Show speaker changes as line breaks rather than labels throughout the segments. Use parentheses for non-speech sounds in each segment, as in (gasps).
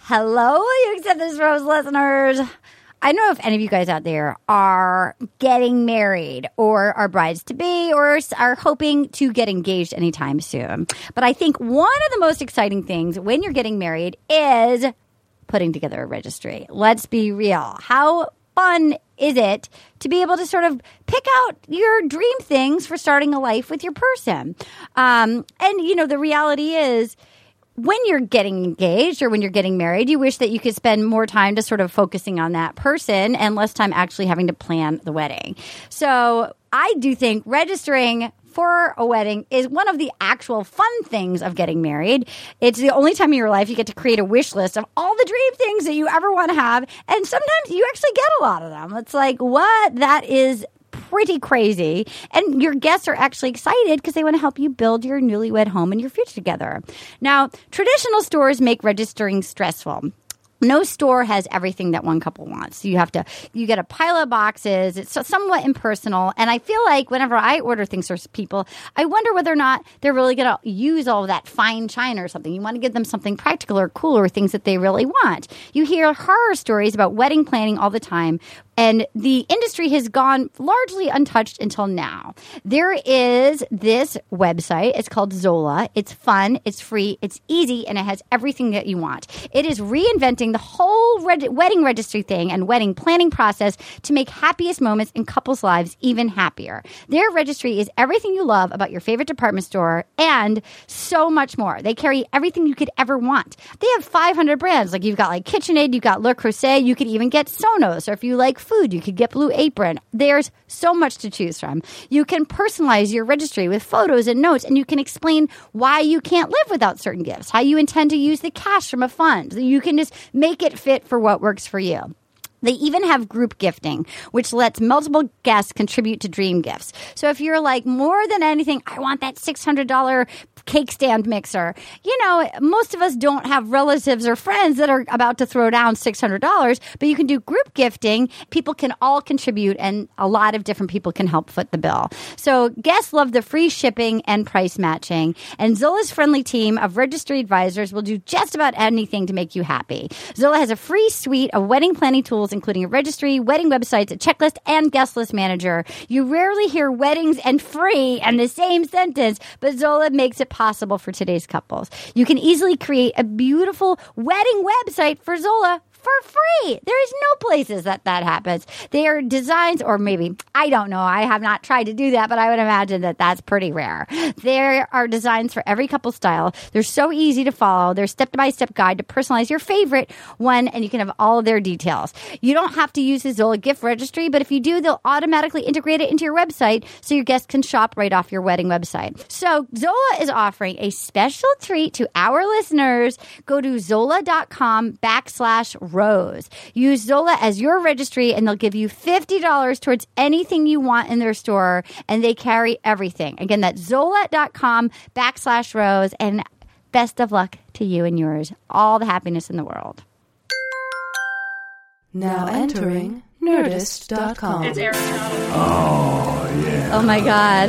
Hello, you accept this rose listeners. I don't know if any of you guys out there are getting married or are brides to be or are hoping to get engaged anytime soon. But I think one of the most exciting things when you're getting married is putting together a registry. Let's be real. How fun is it to be able to sort of pick out your dream things for starting a life with your person? Um, and, you know, the reality is, when you're getting engaged or when you're getting married, you wish that you could spend more time to sort of focusing on that person and less time actually having to plan the wedding. So I do think registering for a wedding is one of the actual fun things of getting married. It's the only time in your life you get to create a wish list of all the dream things that you ever want to have. And sometimes you actually get a lot of them. It's like, what? That is pretty crazy. And your guests are actually excited because they want to help you build your newlywed home and your future together. Now, traditional stores make registering stressful no store has everything that one couple wants. You have to, you get a pile of boxes. It's somewhat impersonal. And I feel like whenever I order things for people, I wonder whether or not they're really going to use all that fine china or something. You want to give them something practical or cool or things that they really want. You hear horror stories about wedding planning all the time. And the industry has gone largely untouched until now. There is this website. It's called Zola. It's fun, it's free, it's easy, and it has everything that you want. It is reinventing the whole reg- wedding registry thing and wedding planning process to make happiest moments in couples' lives even happier. Their registry is everything you love about your favorite department store and so much more. They carry everything you could ever want. They have 500 brands. Like you've got like KitchenAid, you've got Le Creuset, you could even get Sonos, or if you like food, you could get Blue Apron. There's so much to choose from. You can personalize your registry with photos and notes, and you can explain why you can't live without certain gifts, how you intend to use the cash from a fund. You can just make it fit for what works for you. They even have group gifting, which lets multiple guests contribute to dream gifts. So if you're like, more than anything, I want that $600 cake stand mixer. You know, most of us don't have relatives or friends that are about to throw down $600, but you can do group gifting. People can all contribute and a lot of different people can help foot the bill. So guests love the free shipping and price matching. And Zola's friendly team of registry advisors will do just about anything to make you happy. Zola has a free suite of wedding planning tools including a registry, wedding websites, a checklist, and guest list manager. You rarely hear weddings and free in the same sentence, but Zola makes it possible for today's couples. You can easily create a beautiful wedding website for Zola for free. There is no places that that happens. They are designs, or maybe, I don't know. I have not tried to do that, but I would imagine that that's pretty rare. There are designs for every couple style. They're so easy to follow. There's step by step guide to personalize your favorite one, and you can have all of their details. You don't have to use the Zola gift registry, but if you do, they'll automatically integrate it into your website so your guests can shop right off your wedding website. So Zola is offering a special treat to our listeners. Go to zola.com backslash Rose. Use Zola as your registry, and they'll give you $50 towards anything you want in their store, and they carry everything. Again, that's zola.com backslash Rose, and best of luck to you and yours. All the happiness in the world.
Now entering nerdist.com.
It's Aristotle.
Oh my God.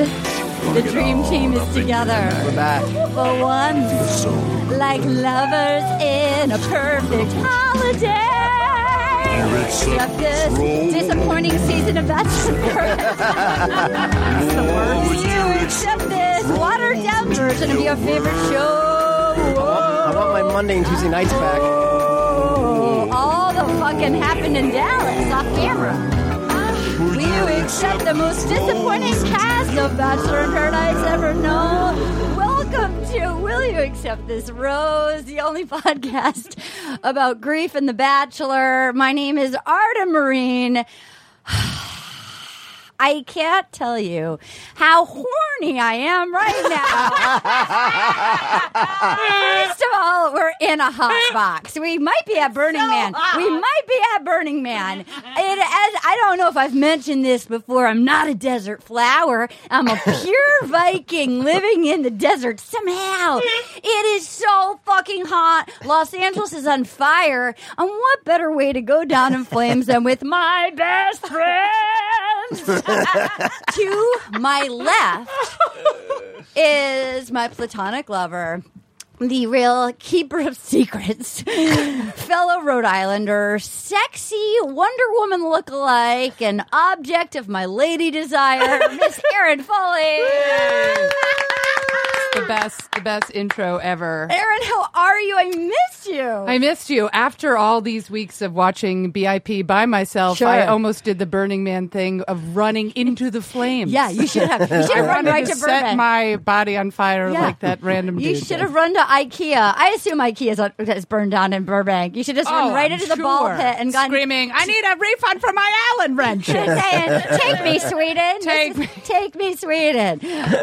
The dream team is together. We're back. For once, like lovers in a perfect holiday. Of this disappointing season of Bachelor. (laughs) you accept this watered down version of your favorite show.
I want my Monday and Tuesday nights back.
Oh, All the fucking happened in Dallas off camera. Will you accept the most disappointing cast of Bachelor in Paradise ever known? Welcome to Will You Accept This Rose, the only (laughs) podcast about grief and The Bachelor. My name is Arda Marine. (sighs) I can't tell you how horny I am right now. First of all, we're in a hot box. We might be at Burning Man. We might be at Burning Man. It, as, I don't know if I've mentioned this before. I'm not a desert flower. I'm a pure Viking living in the desert somehow. It is so fucking hot. Los Angeles is on fire. And what better way to go down in flames than with my best friends? to my left is my platonic lover. the real keeper of secrets, (laughs) fellow Rhode Islander, sexy Wonder Woman lookalike, an object of my lady desire, Miss Erin Foley.
The best, the best intro ever.
Erin, how are you? I missed you.
I missed you. After all these weeks of watching BIP by myself,
Sure.
I almost did the Burning Man thing of running into the flames.
yeah, you should have. You should
I
have run
wanted
right
to
to
set
Burbank.
my body on fire
Yeah.
like that random
You
dude
should
did.
have run to IKEA. I assume IKEA's on, has burned down in Burbank. You should just run
Oh,
right
I'm
into the ball
sure.
pit and gotten
screaming, "I need a refund for my
(laughs)
Allen wrench."
Just (laughs) saying, take me, Sweden.
Take me.
(laughs) take me, Sweden.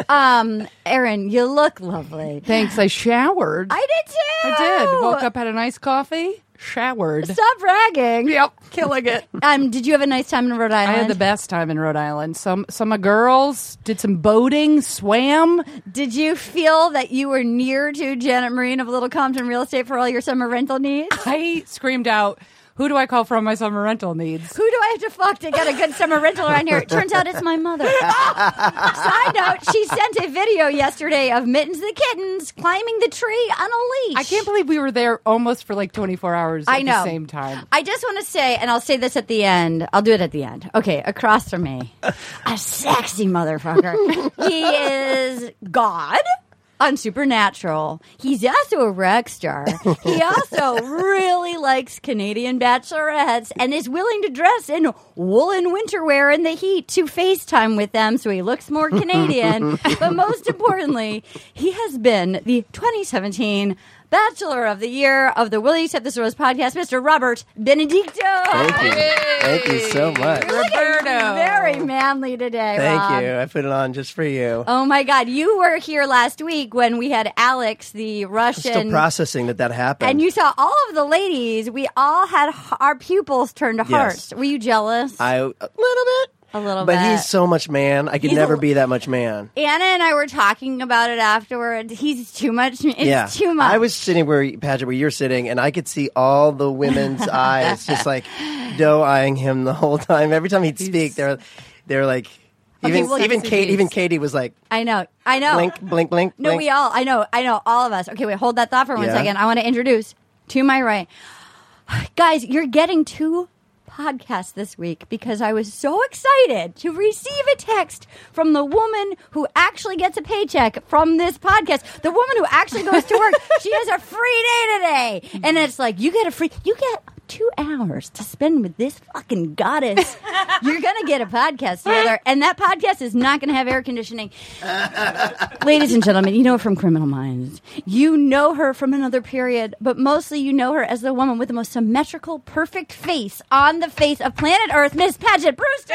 Um, Erin, you look lovely.
Thanks. I showered.
I did too.
I did. Woke up, had a nice coffee, showered.
Stop bragging.
Yep, killing it.
Um, did you have a nice time in Rhode
I
Island?
had the best time in Rhode Island. Some some of girls did some boating, swam.
Did you feel that you were near to Janet Marine of Little Compton Real Estate for all your summer rental needs?
I screamed out, "Who do I call for all my summer rental needs?"
Who do I have to fuck to get a good summer rental around here? It turns out it's my mother. Side note, she sent a video yesterday of Mittens the kittens climbing the tree on a leash.
I can't believe we were there almost for like 24 hours at
I know.
the same time.
I just want to say, and I'll say this at the end. I'll do it at the end. Okay, across from me, a sexy motherfucker. he is God on Supernatural. He's also a rock star. He also really likes Canadian bachelorettes and is willing to dress in woolen winter wear in the heat to FaceTime with them so he looks more Canadian.
(laughs)
but most importantly, he has been the 2017 Bachelor of the Year of the Will You Set This Rose podcast, Mr. Robert Benedicto.
Thank you. Thank you so much.
You're looking
Roberto.
Very manly today. Rob.
Thank you. I put it on just for you.
Oh my God, you were here last week when we had Alex, the
Still
Russian.
processing that that happened.
and you saw all of the ladies. We all had h- our pupils turned to hearts. Were you jealous?
I a little bit.
A little
But
bit.
he's so much man. I could
He's a
never
li-
be that much man.
Anna and I were talking about it afterwards. He's too much. It's
yeah.
too much.
I was sitting where Patrick, where you're sitting, and I could see all the
(laughs)
women's eyes just like doe eyeing him the whole time. Every time he'd speak, they're they're like even
well,
even
sexy
Kate
beast.
even Katie was like
I know. I know.
blink blink blink.
Oh. No,
blink.
we all. I know. I know. All of us. Okay, wait. Hold that thought for one
Yeah.
second. I want to introduce to my right, guys. You're getting two podcasts this week because I was so excited to receive a text from the woman who actually gets a paycheck from this podcast. The woman who actually goes to work. she has a free day today, and it's like you get a free. You get. Two hours to spend with this fucking goddess. You're gonna get a podcast together, and that podcast is not gonna have air conditioning. Ladies and gentlemen, you know her from Criminal Minds. You know her from another period, but mostly you know her as the woman with the most symmetrical, perfect face on the face of planet Earth, Miss Paget Brewster.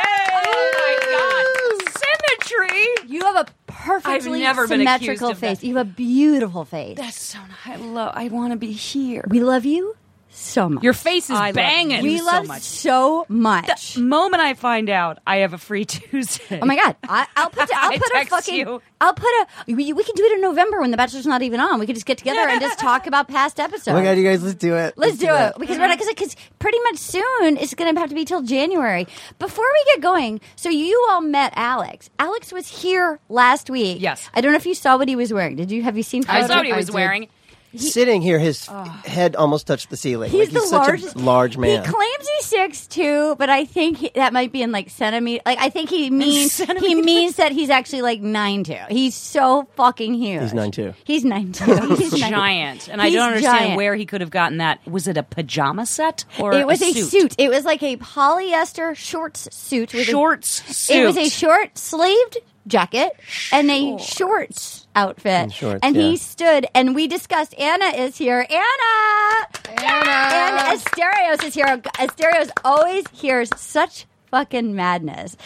Oh my god. Symmetry.
You have a perfectly
I've never been
symmetrical
accused of
face.
that.
You have a beautiful face.
That's so nice. I love I want to be here.
We love you so much.
Your face is
I love
banging.
you.
we
so
love
much.
so much.
The moment I find out I have a free (laughs) Tuesday.
Oh my god! I, I'll
(laughs)
put I'll
I
put a
text
fucking
you.
I'll put a we, we can do it in November when the Bachelor's not even on. We could just get together and just talk about past episodes.
Oh my god, you guys, let's do it.
Let's do
that.
it because we're not because pretty much soon it's going to have to be till January. Before we get going, so you all met Alex. Alex was here last week.
Yes.
I don't know if you saw what he was wearing. Did you have you seen?
I
photos?
saw what he
I
was
did.
wearing.
sitting here, his head almost touched the ceiling.
He's
like,
the
he's such
largest
a large man.
He claims he's six two, but I think he, that might be in like centimeter. Like I think he means he means that he's actually like nine two. He's so fucking huge.
He's 9'2".
He's nine two. He's nine-
Giant. And I
He's
don't understand
giant.
where he could have gotten that. Was it a pajama set or
It was a
suit?
suit. It was like a polyester shorts suit with a
Shorts suit.
It was a short sleeved jacket and a shorts outfit. And,
shorts,
he
yeah.
stood and we discussed Anna is here. Anna! Anna! And Asterios is here. Asterios always hears such fucking madness.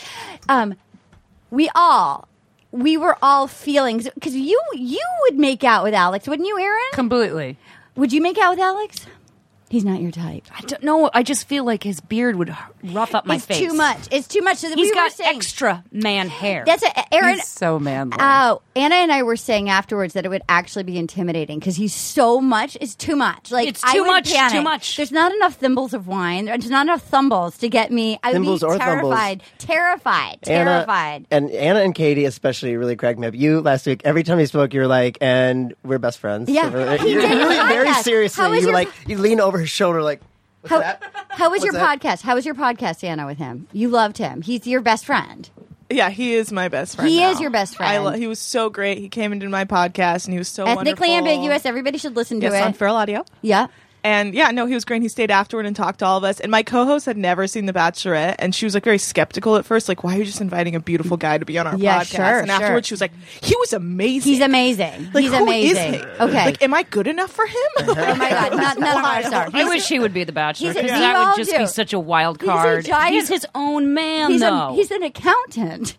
Um, we all we were all feeling because you you would make out with Alex, wouldn't you, Aaron?
Completely.
Would you make out with Alex? He's not your type.
I don't know. I just feel like his beard would h- rough up my
it's
face.
too much. It's too much. So that
He's
we were
got
saying,
extra man hair.
That's a, Aaron.
He's so manly.
Oh, Anna and I were saying afterwards that it would actually be intimidating because he's so much. It's too much. Like
It's
I
too
would
much, too
panic.
much.
There's not enough thimbles of wine. There's not enough thimbles to get me. I
Thimbles
would
or
be
thimbles.
terrified, terrified,
Anna,
terrified.
and Anna and Katie especially really cracked me up. You last week, every time you spoke, you were like, "And we're best friends."
Yeah.
So,
He
you
did
really
the
very
podcast.
seriously.
How
You
was
were
your-
like, you lean over his shoulder, like, "What's
How- (laughs)
that?"
How was your
that?
podcast? How was your podcast, Anna, with him? You loved him. He's your best friend.
Yeah, he is my best friend.
He
now.
is your best friend.
I lo- he was so great. He came and did my podcast, and he was so
Ethnically
wonderful.
ambiguous. Everybody should listen to
Yes,
it.
on Feral Audio.
yeah.
And yeah, no, he was great. He stayed afterward and talked to all of us. And my co-host had never seen The Bachelorette, and she was like very skeptical at first, like, "Why are you just inviting a beautiful guy to be on our
Yeah,
podcast?"
sure,
and
sure.
afterwards, she was like, "He was amazing.
He's amazing.
Like,
he's
who is
amazing.
he?
Okay.
Like, am I good enough for him?
(laughs) oh my god. Not, not a five star.
I wish he would be the bachelor
he's a-
because
you
that
all
would just
do.
be such a wild
a
card.
giant-
He's his own man,
He's,
though.
a, he's an accountant.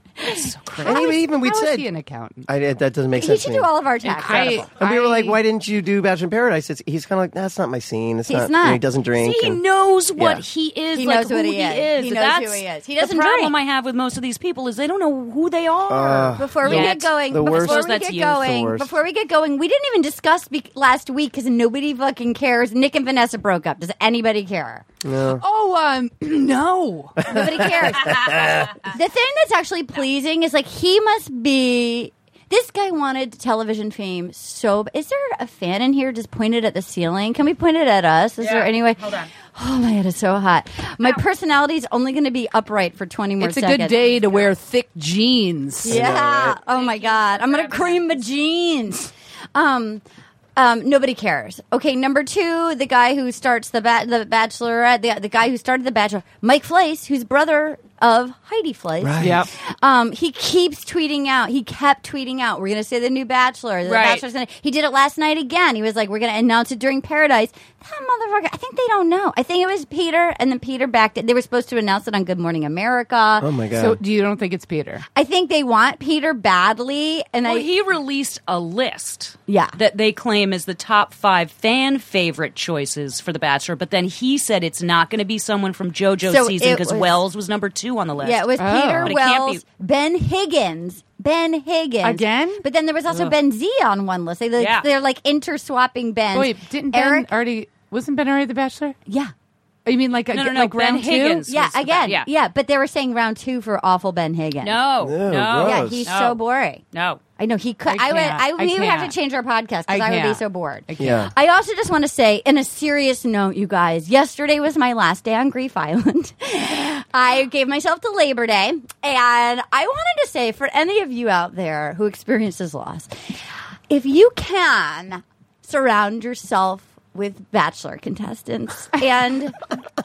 And even, even we
How is
said,
he an accountant?
I, that doesn't make
He
sense. to
should
me.
do all of our taxes.
I,
and we were like,
I-
"Why didn't you do Bachelor in Paradise?" It's, he's kind of like, "That's not my scene." It's
He's
not.
not.
and he doesn't drink.
See, he
and-
knows what
Yeah.
he is.
He
like
knows
who
what he
he,
is.
is.
He knows
That's
who he is. He doesn't
The problem
drink.
I have with most of these people is they don't know who they are.
Before we
Yet.
get going,
The worst-
before we
That's
get
you.
It's the
going,
worst.
before we get going, we didn't even discuss be- last week because nobody fucking cares. Nick and Vanessa broke up. Does anybody care?
oh, um, (clears throat) no.
Nobody
(laughs)
cares. the thing that's actually pleasing is like he must be. This guy wanted television fame so. b- Is there a fan in here just pointed at the ceiling? Can we point it at us? Is there any way? Hold on. Oh my god, it's so hot. My personality is only going to be upright for twenty more
It's a
seconds.
good day to wear thick jeans.
Yeah. Oh my god. I'm gonna cream my jeans. Um, um, nobody cares. Okay. Number two, the guy who starts the ba- the Bachelorette, the, the guy who started the Bachelor, Mike Fleiss, who's brother of Heidi Fleiss.
Right.
Yep.
Um, he keeps tweeting out. He kept tweeting out. We're gonna say the new Bachelor. The
Right.
Bachelor's gonna. He did it last night again. He was like, "We're gonna announce it during Paradise." That motherfucker. I think they don't know. I think it was Peter, and then Peter backed it. They were supposed to announce it on Good Morning America.
Oh my god.
So do you don't think it's Peter?
I think they want Peter badly, and
Well,
I
he released a list.
Yeah.
That they claim is the top five fan favorite choices for The Bachelor, but then he said it's not going to be someone from JoJo's
So
season
it
because
was-
Wells was number two on the list.
yeah, it was
Oh.
Peter
But it can't
Wells, Ben Higgins, Ben Higgins
Again?
But then there was also Ben Z on one list. They like,
Yeah.
they're like interswapping Ben.
Wait, didn't Ben
Eric?
already? Wasn't Ben already the Bachelor?
yeah.
You mean like
No, no, no.
like
ben
round two?
Higgins.
Yeah,
was the
again.
ba-
Yeah. but they were saying round two for awful Ben Higgins.
No.
Ew,
no.
Yeah,
gross.
he's
No.
so boring.
No.
I know he could. I,
I
would.
can't.
I,
I
we would have
can't.
to change our podcast
I
because I, would be
can't.
so bored.
I can't.
yeah.
I also just want to say, in a serious note, you guys, yesterday was my last day on Grief Island. (laughs) I gave myself to Labor Day, and I wanted to say for any of you out there who experiences loss, if you can surround yourself with bachelor contestants and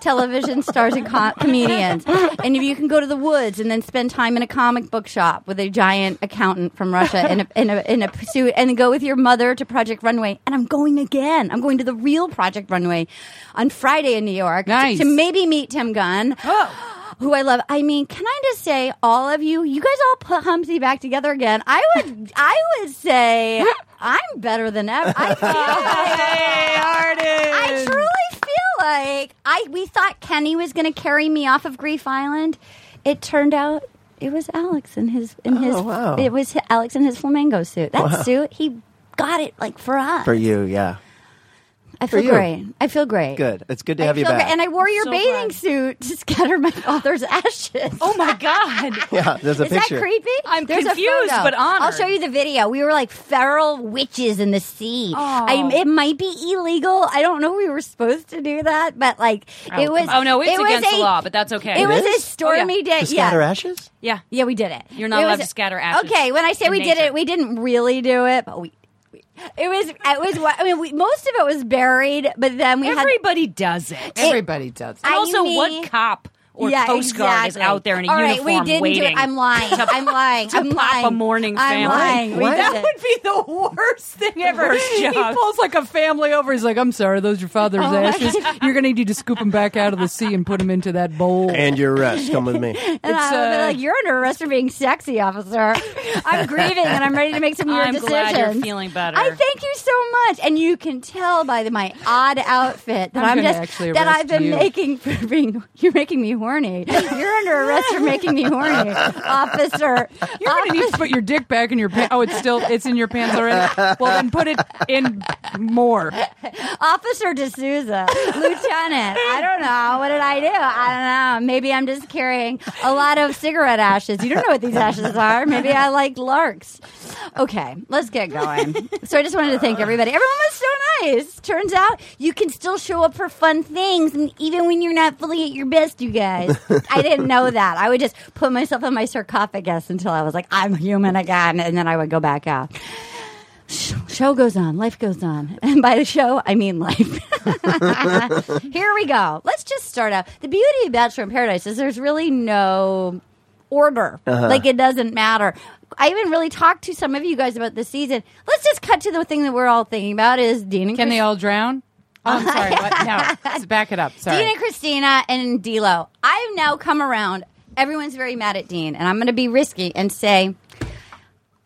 television stars and co- comedians and if you can go to the woods and then spend time in a comic book shop with a giant accountant from russia in a, in a, in a pursuit and go with your mother to project runway and i'm going again i'm going to the real project runway on friday in new york to-
Nice.
to maybe meet tim gunn who I love. I mean, can I just say, all of you, you guys all put Humpty back together again. I would, I would say, I'm better than ever. I feel like, I truly feel like I. We thought Kenny was going to carry me off of Grief Island. It turned out. It was Alex and his in his.
Oh, wow.
It was Alex in his flamingo suit. That suit, he got it like for us.
for you, yeah.
I feel
you.
great. I feel great.
Good. It's good to
I
have you
feel
back.
great. And I wore your
So
bathing
glad.
suit to scatter my (laughs) father's ashes.
Oh my God.
yeah, there's a
Is
picture.
that creepy?
I'm
There's a
confused,
photo.
but honored.
I'll show you the video. We were like feral witches in the sea.
Oh.
I, it might be illegal. I don't know. We were supposed to do that, but like it was.
Oh no, it's
it was
against the
a-
law, but that's okay.
It, was
is?
a stormy day.
To scatter
yeah.
ashes?
yeah.
yeah, we did it.
Oh, You're not
It
allowed
was-
to scatter ashes
Okay, when I say
in
we did
nature.
it, we didn't really do it, but we. we- It was. It was. what- I mean, we, most of it was buried, but then we had.
Everybody does it.
Everybody does.
I-
And also,
mean-
what cop or Coast Guard is
exactly.
out there in a
All right,
uniform
we didn't
waiting.
Do it. I'm lying. I'm
(laughs)
lying. I'm
pop
lying.
a morning
I'm
family.
lying. We
What?
did
That
it.
would be the worst thing ever.
Worst
he
job.
pulls like a family over. He's like, "I'm sorry, those are your father's
Oh
ashes. You're gonna need to scoop them back out of the sea and put them into that bowl."
and your rest. Come with me.
And
It's,
I would be
uh,
like, "You're under arrest for being sexy,
(laughs)
officer. I'm grieving, and I'm ready to make some weird
I'm
decisions."
glad you're feeling better.
I thank you so much, and you can tell by the, my odd outfit that
I'm
I'm,
gonna
just
actually
that
arrest
I've been
you.
making for being. You're making me horny. You're under arrest for making me
(laughs)
horny, officer.
You're gonna need to put your dick back in your pants. Oh, it's still it's in your pants already. Well, then put it in more.
Officer D'Souza, Lieutenant. I don't know. What did I do? I don't know. Maybe I'm just carrying a lot of cigarette ashes. You don't know what these ashes are. Maybe I like larks. Okay, let's get going. So I just wanted to thank everybody. Everyone was so nice. Turns out you can still show up for fun things, and even when you're not fully at your best, you guys. I didn't know that. I would just put myself in my sarcophagus until I was like, I'm human again, and then I would go back out show goes on, life goes on. (laughs) And by the show, I mean life. (laughs) Here we go. Let's just start out. The beauty of Bachelor in Paradise is there's really no order. Like it doesn't matter. I even really talked to some of you guys about this season. Let's just cut to the thing that we're all thinking about is Dean and
Can they
Christina.
all drown? Oh, I'm sorry. What? No, let's back it up. Sorry.
Dean and Christina and D'Lo. I've now come around. Everyone's very mad at Dean, and I'm going to be risky and say,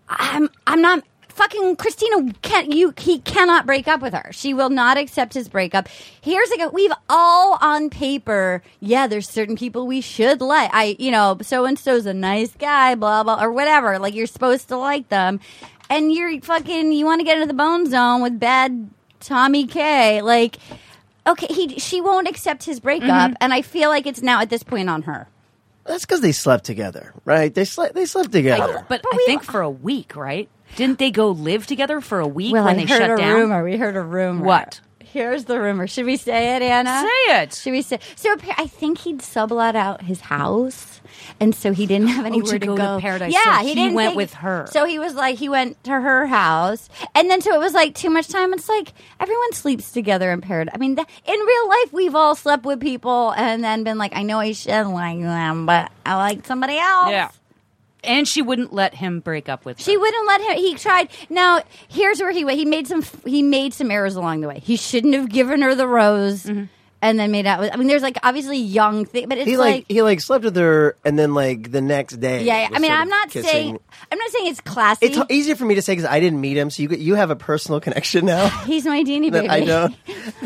I'm I'm not fucking Christina. Can't you? He cannot break up with her. She will not accept his breakup. Here's like a, we've all on paper. Yeah, there's certain people we should like. I you know so and so's a nice guy, blah blah or whatever. Like you're supposed to like them, and you're fucking you want to get into the bone zone with bad Tommy K. Like okay, he she won't accept his breakup, and I feel like it's now at this point on her.
(laughs) That's because they slept together, right? They slept. They slept together.
But, I think for a week, right? Didn't they go live together for a week
Well,
when
I
they
heard
shut
a
down?
rumor. We heard a rumor.
What?
Here's the rumor. Should we say it, Anna?
Say it.
Should we say? So appa- I think he'd sublet out his house, and so he didn't have anywhere
Oh, to
to
go
go.
to paradise.
Yeah,
So
he
he
didn't
went
take-
with her.
So he was like, he went to her house, and then so it was like too much time. It's like everyone sleeps together in paradise. I mean, that, in real life, we've all slept with people and then been like, I know I shouldn't like them, but I like somebody else.
Yeah. And she wouldn't let him break up with her.
She wouldn't let him. He tried. Now here's where he went. He made some. He made some errors along the way. He shouldn't have given her the rose, and then made out with. I mean, there's like obviously young thing, but it's
he like, he like slept with her, and then like the next day.
yeah, yeah.
was
I mean,
sort of
I'm not
kissing.
saying. I'm not saying it's classy.
It's h- easier for me to say because I didn't meet him, so you you have a personal
(laughs)
connection now (laughs)
He's my Deanie baby.
that
(laughs)
I don't.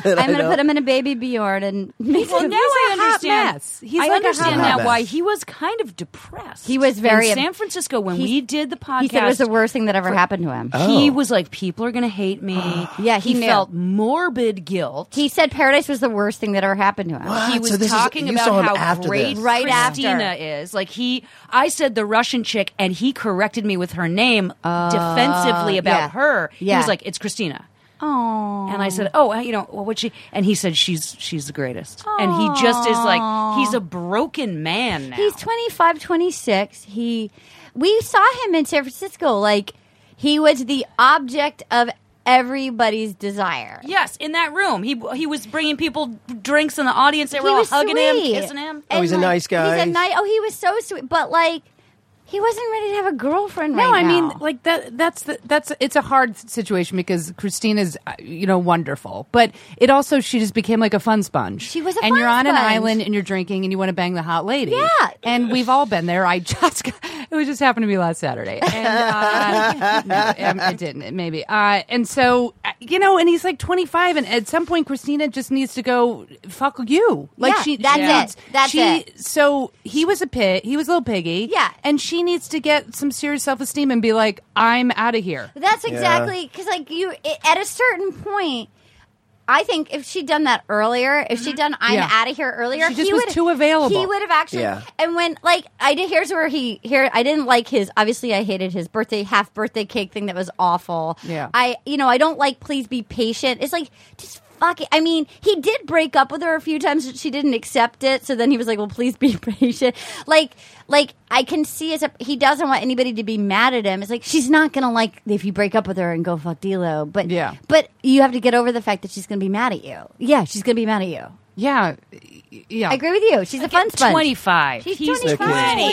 That
I'm
I
gonna
don't.
put him in a baby Bjorn and make
well,
him-
now I understand. He's
I
I
like a
understand
hot
now
mess.
why he was kind of depressed.
He was very-
in San Francisco when
He's-
we did the podcast.
He said it was the worst thing that ever happened to him.
He was like, "People are going to hate me."
Yeah, he knew.
felt morbid guilt.
He said paradise was the worst thing that ever happened to him.
he
Ah, So
was
this is-
talking
you
about
saw him
how
after
great
this.
Right
Christina
after.
is. Like he, I said the Russian chick, and he corrected me with her name uh, defensively about
Uh, yeah.
her. He
Yeah.
was like, "It's Christina."
Oh,
And I said, "Oh, uh, you know, what would she?" And he said, "She's she's the greatest." And he just is like, he's a broken man now.
He's 25, 26. He we saw him in San Francisco like he was the object of everybody's desire.
yes, in that room, he he was bringing people drinks in the audience. They were all hugging
sweet.
him, kissing him.
And,
Oh, he's a nice guy.
He's a nice. Oh, he was so sweet, but like he wasn't ready to have a girlfriend
No,
right
I mean
now.
like that. That's the, that's it's a hard situation because Christina's uh, you know wonderful, but it also she just became like a fun sponge.
She was a
and
fun
you're on an
sponge.
island and you're drinking and you want to bang the hot lady.
Yeah.
and we've all been there. I (laughs) just got- it was just happened to me last Saturday,
(laughs)
and uh, no, um, it didn't maybe. Uh, and so uh, you know, and he's like 25, and at some point Christina just needs to go fuck you. Like
Yeah,
she
that's
she
it.
needs-
That's
she,
it.
so he was a pit. He was a little piggy.
Yeah.
and she needs to get some serious self esteem and be like, "I'm out of here."
That's exactly because, like, you i at a certain point, I think if she'd done that earlier, if she'd done "I'm
Mm-hmm. Yeah.
out of here" earlier,
She just
he
was
would-
too available.
He would have actually.
Yeah.
And when, like, I did. Here's where he here. I didn't like his. Obviously, I hated his birthday half birthday cake thing. That was awful.
Yeah.
I you know I don't like. Please be patient. It's like just. Fuck it. I mean, he did break up with her a few times. She didn't accept it, so then he was like, "Well, please be (laughs) patient." Like, like I can see as a, he doesn't want anybody to be mad at him. It's like she's not gonna like if you break up with her and go fuck D'Lo, but
Yeah.
but you have to get over the fact that she's gonna be mad at you. Yeah, she's gonna be mad at you.
Yeah, y- yeah.
I agree with you. She's a fun sponge.
25.
She's
He's
25.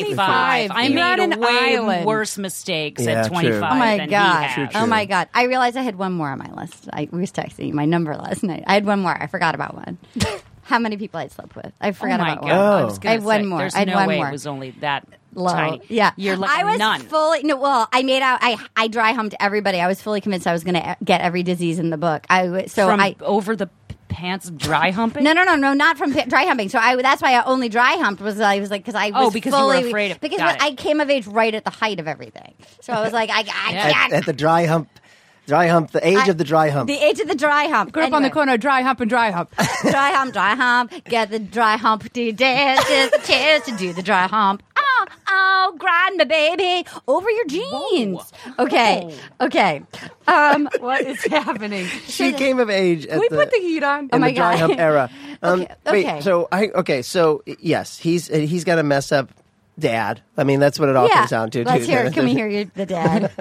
25. I
You're
made
on
a
an
way
island.
worse mistakes
Yeah,
at
true.
25
Oh my
than
god!
he had.
Oh my god! I realized I had one more on my list. I was texting you my number last night. I had one more. I forgot about
(laughs)
one. How many people I'd slept with? I
Oh
forgot
my
about
God.
one.
I,
Oh.
was gonna
I had one
say,
more.
There's
I had
no
one
way
more.
it was only that
low.
tiny.
Yeah,
You're like
I was
none.
fully no. Well, I made out. I I dry humped everybody. I was fully convinced I was going to get every disease in the book. I w- so
From
I.
over the p- pants (laughs) dry humping?
No, no, no, no! Not from p- dry humping. So I that's why I only dry humped was I was like because I was
Oh, because you were
fully,
afraid of-
because
got it.
I came of age right at the height of everything. So I was like
(laughs)
I, I
At,
can't
at the dry hump, dry hump, the age
I-
of the dry hump.
the age of the dry hump.
Grew up on the
Anyway.
corner, of dry hump and dry
(laughs)
hump.
dry hump, dry hump, get the dry hump to dance, just the chance to do the dry hump. Oh, oh, grind my baby over your jeans. Okay, okay. Um,
what is
(laughs)
happening?
she came of age. At
we
the,
put the heat on.
in
my
the dry
God.
hump era. Um,
Okay, okay.
Wait, so I okay, so yes, he's he's got a mess up dad. I mean, that's what it all
yeah,
comes down to.
let's
too.
hear. Can
(laughs)
we hear you, the
(laughs)
dad?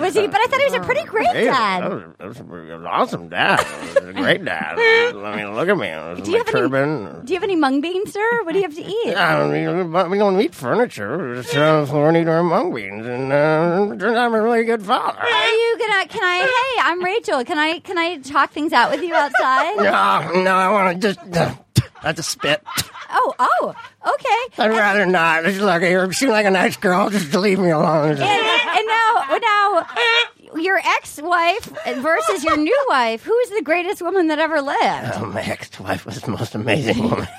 Was he? But I thought he was a pretty great
Hey, that
Oh.
dad.
was, that was an awesome dad. That was a great dad. I mean, look at me. It was
Do you
my
have any?
turban.
Do you have any mung beans, sir? What do you have to eat?
I mean, but we don't eat furniture. We just sit on the floor and eat our mung beans. And uh, turns out I'm a really good father.
Are you gonna? Can I? Hey, I'm Rachel. Can I? Can I talk things out with you outside?
No, no, I want to just. that's a spit.
Oh, oh, okay.
I'd rather not. She's like, you seem like a nice girl. Just leave me alone.
and, and now, now, your ex-wife versus your new wife. Who is the greatest woman that ever lived?
Oh, my ex-wife was the most amazing woman. (laughs)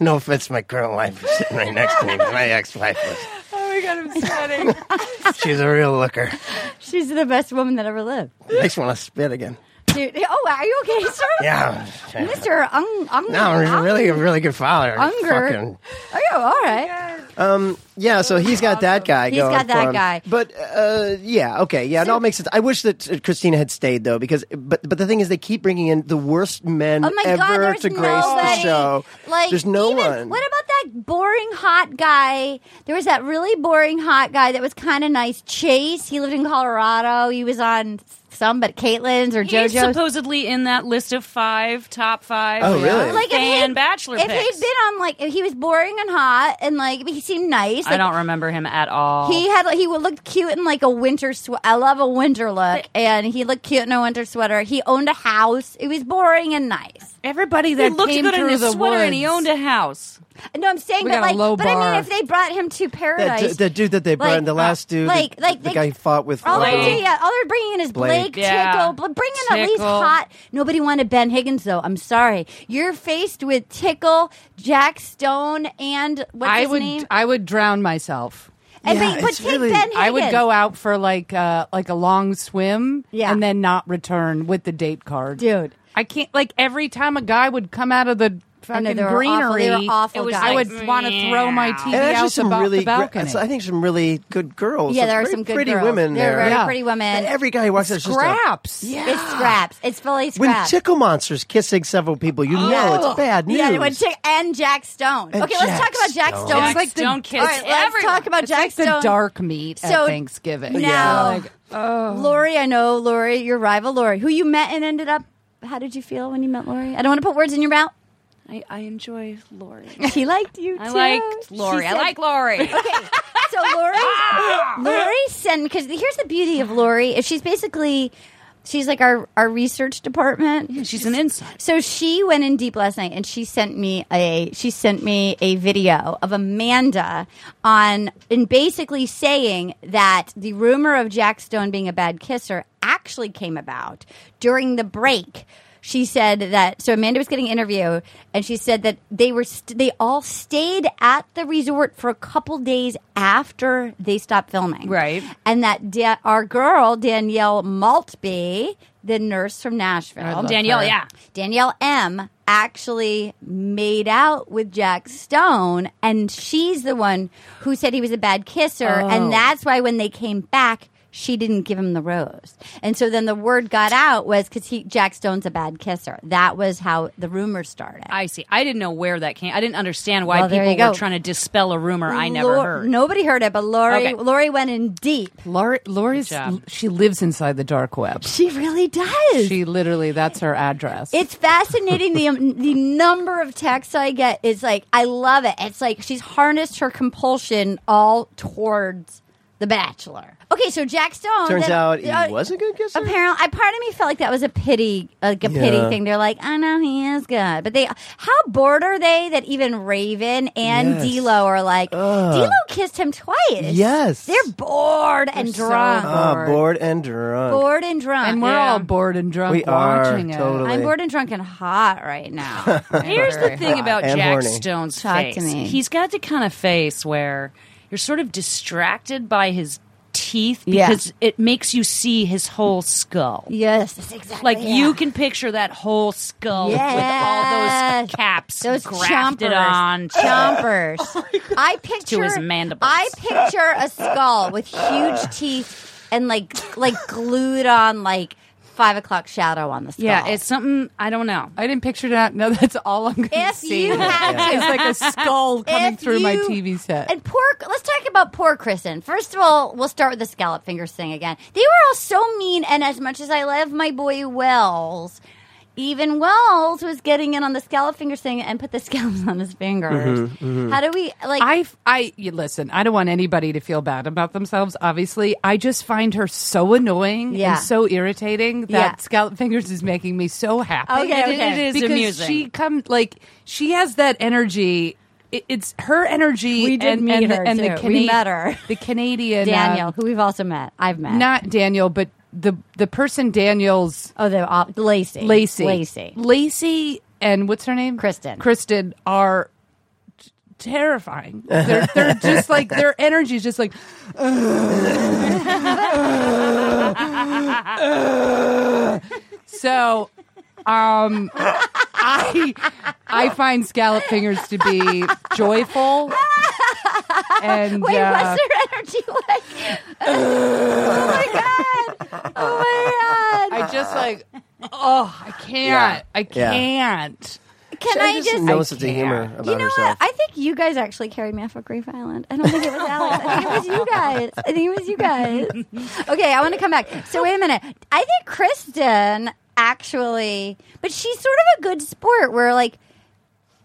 no offense, my current wife is sitting right next to me, but my ex-wife was.
Oh my god, I'm sweating.
(laughs) She's a real looker.
She's the best woman that ever lived.
Makes me want to spit again.
Dude, oh, are you okay, sir?
Yeah.
Mr. Ung, Ung,
No, I'm really a really good father.
Unger.
Fucking-
Are you all right?
Yeah, so he's got that guy.
He's
going
got that
for him.
guy.
But uh, yeah, okay, yeah, no, it makes sense. I wish that uh, Christina had stayed though, because but but the thing is, they keep bringing in the worst men
Oh my
ever
God, there's
to grace
nobody.
the show.
Like,
there's no
even-
one.
What about that boring hot guy? There was that really boring hot guy that was kind of nice. Chase. He lived in Colorado. He was on some, but Caitlin's or
He's
JoJo's.
supposedly in that list of five, top five. uh,
Oh, really?
Like, if
fan
he'd-
bachelor
if
picks.
he'd been on like if he was boring and hot and like he seemed nice like,
I don't remember him at all.
he had he would look cute in like a winter sweater. I love a winter look, and he looked cute in a winter sweater. He owned a house. It was boring and nice.
Everybody
He
that
looked
came
good in
through
his
the
sweater and he
woods-
owned a house.
No, I'm saying,
We
but
got a
like,
low
but I
bar.
mean, if they brought him to
that,
paradise,
du- that dude that they brought in, the last dude,
like-
the,
like
the
they-
guy he fought with.
all
Lotto.
they're doing, yeah, all they're bringing in is Blake,
Blake.
Yeah.
Tickle, but bring in at least
Tickle.
hot. Nobody wanted Ben Higgins though. I'm sorry, you're faced with Tickle, Jack Stone, and what's
I
his
would
name?
I would drown myself.
and,
Yeah,
but, but
it's
take
really-
Ben Higgins.
I would go out for like uh like a long swim
Yeah.
and then not return with the date card.
dude.
I can't like every time a guy would come out of the
I know,
fucking
they were awful-
greenery
they were awful
it was
guys.
I
like,
would want to throw my
meow.
TV
And actually,
out the,
some
bo-
really,
the
gr-
balcony.
I think some really good girls.
Yeah, there are
very
some good
pretty
girls.
women
There are
there.
very
Yeah.
pretty women.
And every guy who walks out is just a-
Scraps.
yeah.
It's scraps. It's fully
When
scraps.
tickle monsters kissing several people, you know it's bad news.
Oh. Yeah, when chick- and Jack Stone.
And
okay, let's
Jack
talk about Jack Stone.
Stone.
Jack
It's like the-
Stone kids.
All right, let's
everyone.
talk about Jack
the
Stone.
dark meat
So,
at Thanksgiving.
Now, oh.
Like,
Lori, I know Lori, your rival Lori, who you met and ended up. How did you feel when you met Lori? I don't want to put words in your mouth.
I, I enjoy Lori.
(laughs) She liked you.
I
too.
liked
She
Lori. I
said-
like Lori.
(laughs) So Lori,
(laughs)
Lori sent because here's the beauty of Lori is she's basically she's like our our research department.
She's an inside.
So she went in deep last night, and she sent me a she sent me a video of Amanda on and basically saying that the rumor of Jack Stone being a bad kisser actually came about during the break. She said that so Amanda was getting interviewed, and she said that they were st- they all stayed at the resort for a couple days after they stopped filming,
Right.
And that da- our girl Danielle Maltby, the nurse from Nashville,
love
Danielle,
her.
yeah.
Danielle M actually made out with Jack Stone,
Oh.
and she's the one who said he was a bad kisser, and that's why when they came back, she didn't give him the rose. And so then the word got out was because he Jack Stone's a bad kisser. That was how the rumor started.
(laughs) I see. I didn't know where that came. I didn't understand why
Well, there you
people
go.
were trying to dispel a rumor I never
Lor-
heard.
Nobody heard it, but Lori
Okay.
Lori went in deep.
Lori, Lori's,
Good job.
she lives inside the dark web.
She really does.
She literally, that's her address.
It's fascinating the um, the number of texts I get is like I love it. It's like she's harnessed her compulsion all towards the Bachelor. Okay, so Jack Stone
Turns
then-
out he
uh,
was a good kisser.
Apparently, I part of me felt like that was a pity, like a pity
Yeah.
thing. They're like, I know he is good, but they, how bored are they that even Raven and
Yes.
D'Lo are like, D'Lo kissed him twice.
Yes.
they're bored and
so
drunk,
Ah, bored and drunk.
bored and drunk,
and we're
Yeah.
all bored and drunk
We are,
watching it.
totally.
I'm bored and drunk and hot right
(laughs)
now.
Here's the thing about
And
Jack
horny.
Stone's
Talk to
face.
me.
He's got the kind of face where you're sort of distracted by his teeth
Yeah.
because it makes you see his whole skull.
Yes, that's exactly.
Like
yeah.
you can picture that whole skull with all
Yes.
those caps
those
grafted
chompers, (laughs)
on. (laughs)
chompers. I picture
his mandibles.
I picture a skull with huge
(laughs)
teeth and like like glued on like five o'clock shadow on the skull.
Yeah, it's something I don't know.
I didn't picture that. (laughs) No, that's all I'm going to
if
see.
you had to
it's like a skull
(laughs)
coming
If
through my
you-
TV set.
And poor, let's talk about poor Kristen. First of all, we'll start with the scallop fingers thing again. They were all so mean, and as much as I love my boy Wells, even Wells was getting in on the scallop fingers thing and put the scallops (laughs) on his fingers.
Mm-hmm,
How do we like?
I, I, you listen. I don't want anybody to feel bad about themselves. Obviously, I just find her so annoying
Yeah.
and so irritating that
Yeah.
Scallop Fingers is making me so happy.
Okay,
It- it-
okay.
it is because
amusing.
she comes like she has that energy. It- It's her energy.
We did
and,
meet
and
her,
the, and the
too. We
Cana-
met her.
The Canadian uh,
Daniel, who we've also met, I've met.
not Daniel, but the the person Daniel's
oh, the uh, Lacey,
Lacey.
Lacey.
Lacey and what's her name?
Kristen.
Kristen are t- terrifying.
(laughs)
They're, they're just like, their energy is just like, so, um, I, I find scallop fingers to be joyful. And,
Wait,
uh,
what's her energy (laughs) like? oh my god! Oh my god!
I just like, oh, I can't. I
Yeah.
can't.
Can
Jen
I
just,
just
knows such a humor
can't.
about
You know
herself.
what? I think you guys actually carried me off of Grief Island. I don't think it was Alex. I think it was you guys. I think it was you guys. Okay, I want to come back. So wait a minute. I think Kristen actually, but she's sort of a good sport. Where like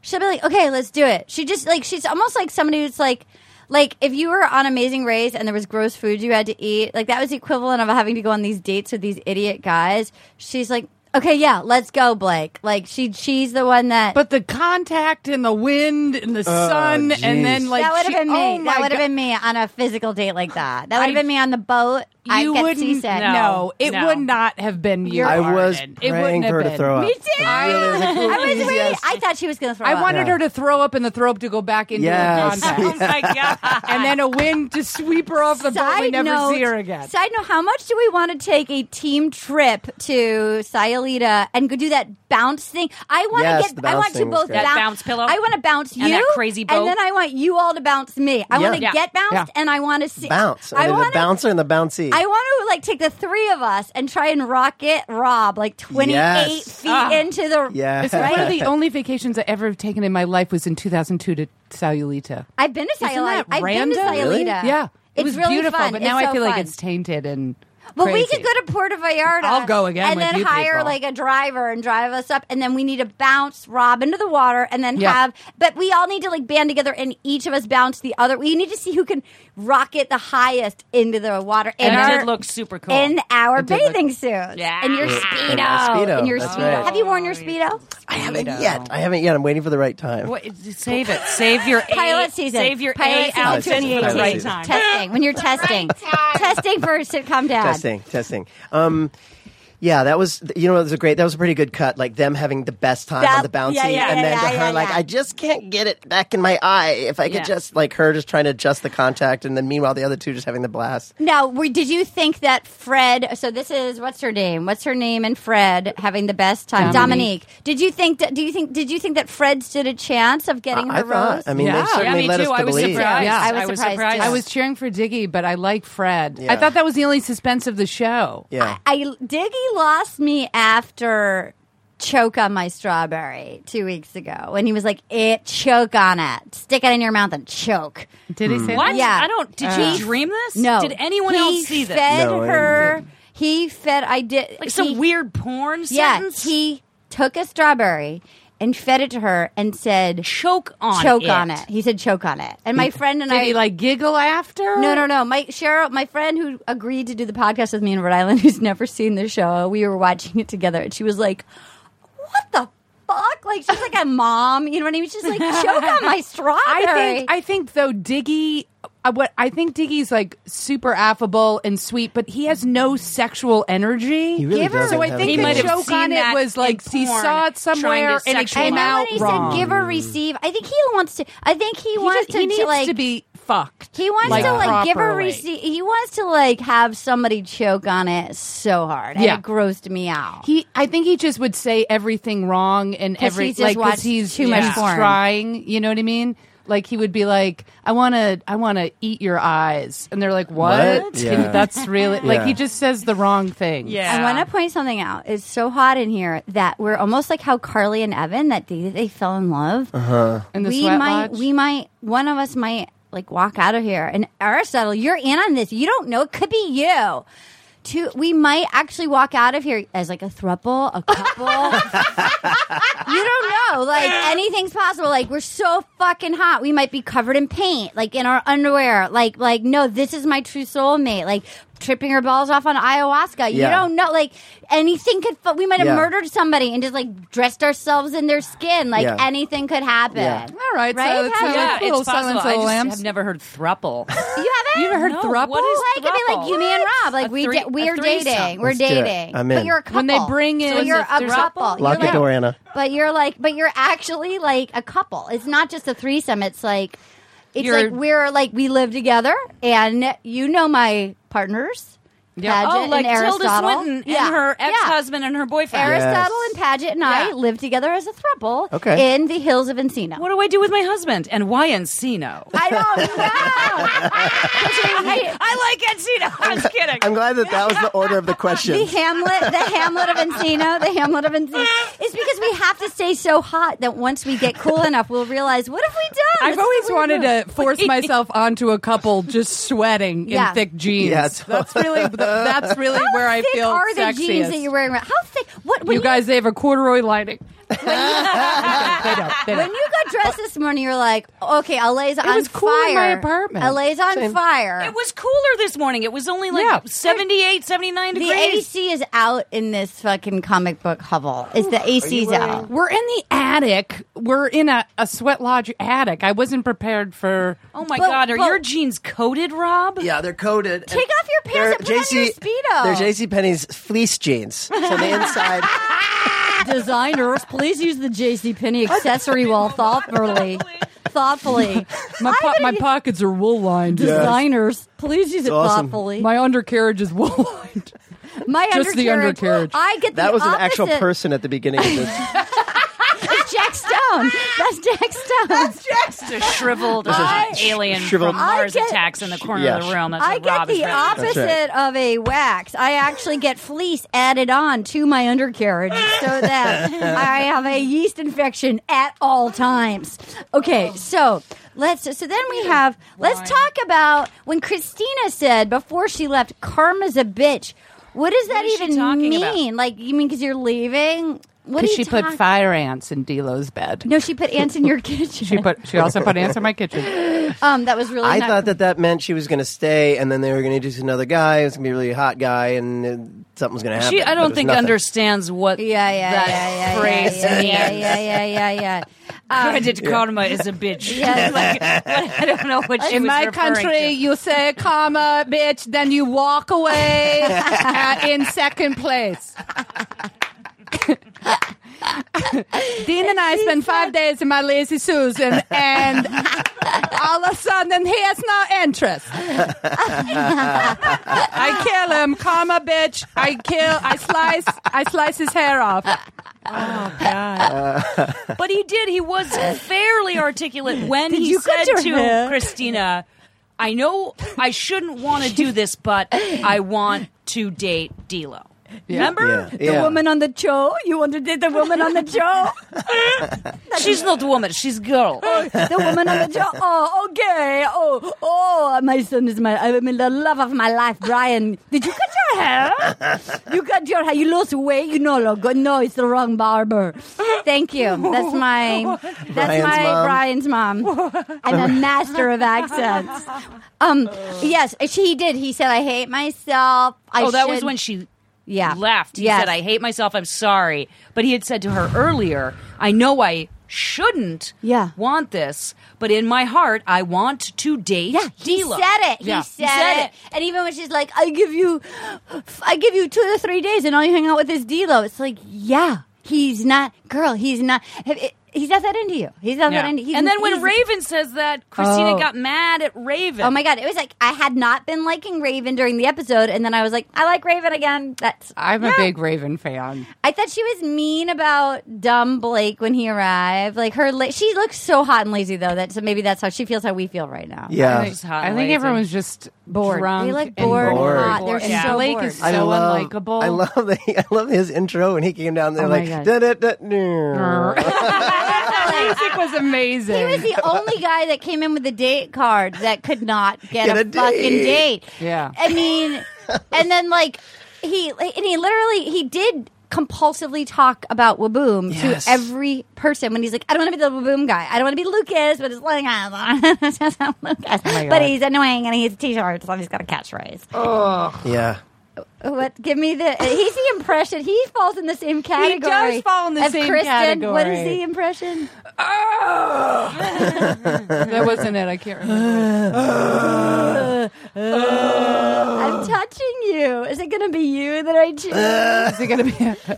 she'll be like, "Okay, let's do it." She just like she's almost like somebody who's like. Like if you were on Amazing Race and there was gross food you had to eat, like that was the equivalent of having to go on these dates with these idiot guys. She's like, "Okay, yeah, let's go, Blake." Like she she's the one that
But the contact and the wind and the sun and then
Oh, jeez.
like
that would
she-
have been me.
oh my
that would
God.
have been me on a physical date like that. That would have
I-
been me on the boat. I
you
get
wouldn't
seasick.
no, it
No.
would not have been you.
I was
Arden. it
praying
wouldn't
for
have
her
been.
to throw up.
me too.
I really was like,
I was
"Ooh,
waiting.
yes."
I thought she was going to throw.
I
up.
wanted her to throw up and the throw up to go back into
Yes. (laughs)
the contact.
Oh my god!
and then a wind to sweep her off the boat. We
Side
never
note,
see her again.
Side note: How much do we want to take a team trip to Sayulita and go do that bounce thing? I want
Yes,
to
the
get. I
bounce
want to
thing was
both
great. That
bounce,
bounce pillow.
I want to bounce you
And that crazy boat.
and then I want you all to bounce me. I want to
Yeah.
get bounced,
Yeah.
and I want to see
bounce. I,
I
mean,
want
the bouncer and the bouncy.
I want to like take the three of us and try and rock it, Rob, like twenty eight
Yes.
feet into the.
Yeah. (laughs)
This is Ah. one of the only vacations I ever have taken in my life was in 2002 to Sayulita.
I've been to
Isn't
Sayulita.
that
I've been to
random?
Sayulita.
Really?
Yeah, it
It's
was
really
beautiful,
fun.
but now
It's
I
so
feel like
fun.
it's tainted and.
But we
crazy.
could go to Puerto Vallarta.
I'll go again
and
with
then
you
hire
people.
like a driver and drive us up, and then we need to bounce Rob into the water, and then
Yeah.
have. But we all need to like band together, and each of us bounce the other. We need to see who can rocket the highest into the water. in
And it
our-
did look super cool.
In our
did look-
bathing suits,
Yeah.
and your
And
speedo,
my speedo,
and your
that's
speedo.
right.
Have you worn your speedo?
I haven't yet. I haven't yet. I'm waiting for the right time.
What, save it. Save your A-
pilot season.
Save your
pilot
A outfit
season
for the
2018.
right
season.
time.
Testing when you're testing, testing for sitcom dad.
Testing, testing. Um, Yeah, that was you know it was a great that was a pretty good cut. Like them having the best time
That-
on the bouncy,
yeah, yeah,
and
yeah,
then
yeah,
to
yeah,
her like
yeah.
I just can't get it back in my eye. If I could
Yeah.
just like her just trying to adjust the contact, and then meanwhile the other two just having the blast.
Now, were, did you think that Fred? So this is what's her name? What's her name? And Fred having the best time. Dominique.
Dominique.
Did you think? That, do you think? Did you think that Fred stood a chance of getting
I
her
thought.
rose?
I mean,
Yeah.
they
Yeah,
certainly
me
led
too.
us
I
to
was
believe.
surprised.
Yeah,
I was surprised, too.
I
Yeah.
I was cheering for Diggy, but I like Fred.
Yeah.
I thought that was the only suspense of the show.
Yeah,
I Diggy lost me after choke on my strawberry two weeks ago when he was like, "It choke on it, stick it in your mouth and choke."
Did he say
What?
that?
Yeah.
I don't. Did
Uh,
you dream this?
No,
Did anyone
He
else see this?
Fed
No, I
her. He fed. I did
like some
he-
weird porn
Yeah,
sentence.
he took a strawberry and fed it to her and said,
choke on
choke
it.
on it. He said choke on it. And my friend and
Did
I
he like giggle after?
no, no, no. My Cheryl, my friend who agreed to do the podcast with me in Rhode Island, (laughs) who's never seen the show, we were watching it together, and she was like, "What the fuck?" Like she's like a mom, you know what I mean? She's
(laughs)
like, "Choke on my strawberry."
I think I think though Diggy, I, what I think Diggy's like super affable and sweet, but he has no sexual energy.
He really
Give her-
doesn't
so I
have
think
any
He
the
might have
joke
seen
on it
that
was
in
like he
porn,
saw it
trying
somewhere
to
and it
sexualize
and
came
then when
out
he
wrong.
said give or receive, I think he wants to. I think he,
he
wants
just-
to
he needs
like
to be fucked.
He wants
like,
to like give her
properly.
receipt. He wants to like have somebody choke on it so hard.
Yeah.
and it grossed me out.
He, I think he just would say everything wrong and
'Cause
every
he's just
like 'cause
watched
he's
too much
he's
porn.
trying. You know what I mean? Like he would be like, "I want to, I want to eat your eyes," and they're like, "What?"
What?
Can-
Yeah.
That's really like
Yeah.
he just says the wrong thing.
Yeah.
I want to point something out. It's so hot in here that we're almost like how Carly and Evan that they, they fell in love.
in the
we
sweat
might,
lodge.
we might, one of us might like walk out of here. And Aristotle, you're in on this. You don't know. It could be you. Two, we might actually walk out of here as like a thruple, a couple. (laughs) you don't know. Like anything's possible. Like we're so fucking hot. We might be covered in paint, like in our underwear. Like, like no, this is my true soulmate. Like tripping her balls off on ayahuasca. You
Yeah.
don't know. Like anything could. fu- We might have
Yeah.
murdered somebody and just like dressed ourselves in their skin. Like
Yeah.
anything could happen.
Yeah.
All right,
Right,
so it's
Pat?
a
Yeah,
little
it's
silence
possible.
of
I
the
just
lambs.
have never
(laughs)
heard thruple.
You haven't?
You ever heard
No,
thruple?
what is
Like it'd be like you, me, and Rob. Like
A
we
three-
da- we
a
are
threesome.
dating. We're
Let's do it.
dating.
I'm
But
in.
you're a couple.
When they bring
so
in-
you're a
there's a-
couple.
Lock
you're
the door, Anna.
But you're like, but you're actually like a couple. It's not just a threesome. It's like, it's
You're-
like we're like we live together, and you know my partners.
Yeah.
Paget
Oh, like
and
Tilda
Aristotle.
Swinton
Yeah.
and her
Yeah.
ex-husband and her boyfriend.
Aristotle and Paget and I
Yeah.
live together as a throuple
Okay.
in the hills of Encino.
What do I do with my husband? And why Encino?
I don't
(laughs)
know. 'Cause we-
I like Encino. (laughs) I'm just kidding.
I'm glad that that was the
(laughs)
order of the
the
question.
Hamlet, the Hamlet of Encino, the Hamlet of Encino. It's because we have to stay so hot that once we get
(laughs)
cool enough, we'll realize what have we done?
I've always wanted to force myself onto a couple just sweating
Yeah.
in thick jeans.
Yeah, it's-
that's really that's really where I
thick
feel
are the
sexiest.
jeans that you're wearing? right- How thick? What when
you
you,
guys, they have a corduroy lining. they don't. They
when
don't.
you got dressed this morning, you're like, okay, LA's on
was cool
fire.
in my apartment.
LA's on fire.
It was cooler this morning. It was only like
Yeah.
78, 79
the
degrees.
AC is out in this fucking comic book hovel. Is the AC's out?
We're in the attic. We're in a, a sweat lodge attic. I wasn't prepared for.
Oh my
But-
God! Are
but-
your jeans coated, Rob?
Yeah, they're coated.
Take off your pants and put on your Speedo.
They're JC Penney's fleece jeans.
(laughs)
So the inside.
designers, please use the J.C. Penney accessory wall thoughtfully. Thoughtfully,
(laughs)
My po- my pockets are wool lined.
designers, please use it
awesome.
thoughtfully.
My undercarriage is wool lined.
My
just the undercarriage.
I get the
That was an
opposite.
actual person at the beginning of
(laughs)
this.
It's Jack Stone. That's
(laughs)
Jack Stone. That's Jack Stone.
It's a shriveled uh,
I-
alien
Shriveled-
from
I
Mars
get-
attacks in the corner of
Yeah.
the room. That's
I
what
get
Rob is
the
really-
opposite of a wax. I actually get fleece added on to my undercarriage
(laughs)
so that I have a yeast infection at all times.
Oh.
Okay, so let's so then we have let's talk about when Christina said before she left karma's a bitch. What does that
is she
even
talking about?
mean? Like you mean cuz you're leaving? What
Because
did
she put fire ants in D'Lo's bed.
No, she put ants in your (laughs) kitchen.
She put. She also put ants in my kitchen.
um that was really
I
not-
thought that that meant she was going to stay, and then they were going to introduce another guy. It was going to be a really hot guy, and uh, something was going to happen.
She, I
but it
don't
was
think
nothing.
understands what
Yeah, yeah,
that
yeah, yeah,
phrase
yeah, yeah,
means.
yeah, yeah, yeah, yeah, yeah.
Credit Karma is a (laughs) bitch. Like, I don't know what she
In
was
my
referring
country,
to.
you say comma, Uh, bitch, then you walk away uh, in second place. (laughs) Dean and I spent five days in my lazy Susan, and all of a sudden he has no interest. (laughs) I kill him, comma, bitch. I kill. I slice. I slice his hair off.
But he did. He was fairly articulate when he
you
said
cut
to
your hair?
Christina, "I know I shouldn't want to do this, but I want to date D'Lo." Remember,
Yeah. Yeah.
The woman on the show? You want to date the woman on the show?
she's not a woman; she's a girl.
the woman on the show? (laughs) Oh, okay. Oh, oh, my son is my, I mean, the love of my life, Brian. Did you cut your hair? You cut your hair. You lost weight. You no longer, no, it's the wrong barber. Thank you. That's my, that's
Brian's
my
mom.
Brian's mom. And a master of accents. Um, yes, she did. He said, I hate myself. I
oh, that was
should-"
when she
yeah.
left. He
Yes.
said, "I hate myself. I'm sorry." But he had said to her earlier, "I know I shouldn't
Yeah.
want this, but in my heart, I want to date
Yeah, he
D'Lo."
said it.
Yeah.
He, said it. And even when she's like, "I give you, I give you two to three days, and all you hang out with is D'Lo," it's like, yeah, he's not, girl, he's not. He's not that into you. He's not
Yeah.
that into. He's,
And then when
he's-
Raven says that, Christina
Oh.
got mad at Raven.
Oh my god! It was like I had not been liking Raven during the episode, and then I was like, I like Raven again. That's
I'm a
Yeah.
big Raven fan.
I thought she was mean about dumb Blake when he arrived. Like her, la- she looks so hot and lazy though. That so maybe that's how she feels. How we feel right now.
Yeah.
She's hot
I
and
think
lazy.
everyone's just
Bored.
Drunk
They look
and
bored,
bored.
hot. They're
Yeah.
so
Blake
bored.
is
I
so
love,
unlikable.
I love the, (laughs) I love his intro when he came down there
Oh my
like
God.
da da da. no."
that music was amazing.
He was the only guy that came in with a date card that could not get,
Get
a,
a
fucking
date.
date.
Yeah.
I mean, and then like he and he literally he did compulsively talk about Waboom
Yes.
to every person when he's like, I don't want to be the Waboom guy. I don't want to be Lucas, but it's like "Ah, (laughs) it's just not Lucas.
Oh
but he's annoying and he has t-shirts and he's got a catchphrase.
Yeah.
What? Give me the. He's the impression. He falls in the same category.
fall in the
of
same
Kristen. What is
category.
the impression?
that wasn't it. I can't remember.
I'm touching you. Is it going to be you that I
Uh,
choose?
Is it going to be (laughs)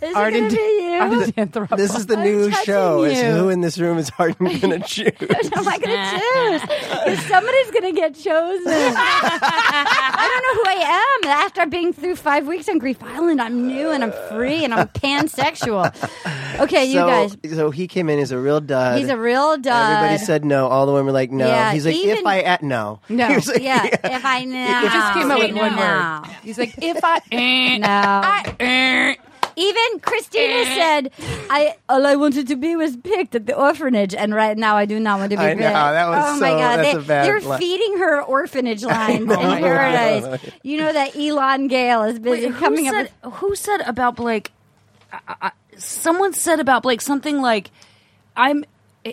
Is
Art
it going
and
to
(laughs)
be you?
This is the new
touching
show. Is
you.
who in this room is Harden gonna choose?
Who am I going to choose?
(laughs)
If somebody's going to get chosen. I don't know who I am. After being through five weeks on Grief Island, I'm new and I'm free and I'm pansexual. Okay, you
so,
guys.
So he came in as a real dud.
He's a real dud.
Everybody said no. All the women were like no.
Yeah,
He's like if
even-
I at no. (laughs)
No.
He was like,
yeah, if I know.
He just came up with one
No.
word. He's like, if I.
No. Even Christina
Eh.
said, "I all I wanted to be was picked at the orphanage, and right now I do not want to be
I know,
picked."
that was
oh my
so-
god,
that's
they,
a bad
they're
line.
feeding her
(laughs)
orphanage lines in paradise. You know that Elon Gale is busy
Wait, who
coming up.
said,
with...
Who said about Blake? I, I, someone said about Blake something like, "I'm." eh,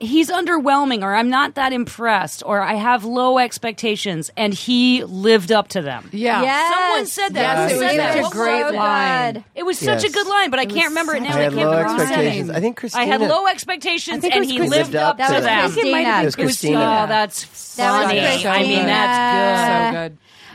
He's underwhelming, or I'm not that impressed, or I have low expectations, and he lived up to them.
Yeah.
Yes.
Someone said that.
Yes,
Who
it was
said that?
such a
What was
great
that?
so
line.
good.
It was
Yes.
such a good line, but I can't remember it now.
I had
I can't
low
remember.
expectations.
saying.
I think Christina.
I had low expectations,
I think it
and
was
he
Christina.
lived up
That
to
was
them.
Christina.
It was
It was-
Christina.
Oh, that's
That was
funny. I
Christina.
mean, that's
good.
So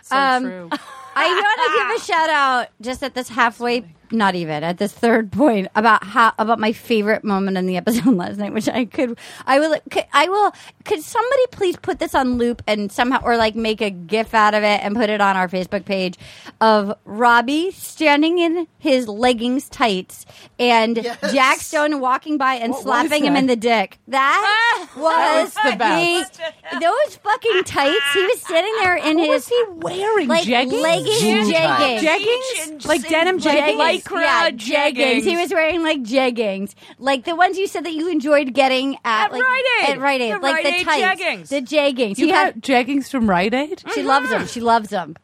good. So
Um,
true.
I want to give a shout out just at this halfway, not even at this third point about how about my favorite moment in the episode (laughs) last night, which I could, I will, could, I will. Could somebody please put this on loop and somehow, or like make a GIF out of it and put it on our Facebook page of Robbie standing in his leggings tights and Jack Stone walking by and slapping him in the dick. (laughs) That was
the best.
the- those fucking tights. He was standing there (laughs) in his. he
Wearing
like
jeggings?
leggings,
Jean
jeggings,
tights.
Jeggings? Like denim jeggings?
Lycra
yeah,
jeggings.
jeggings. He was wearing like jeggings, like the ones you said that you enjoyed getting at,
At
like,
Rite Aid.
at Rite Aid,
The
like
Rite
the
Aid
tights,
jeggings.
the jeggings.
You
he
got
had,
jeggings from Rite Aid?
(laughs) she loves them. She loves them.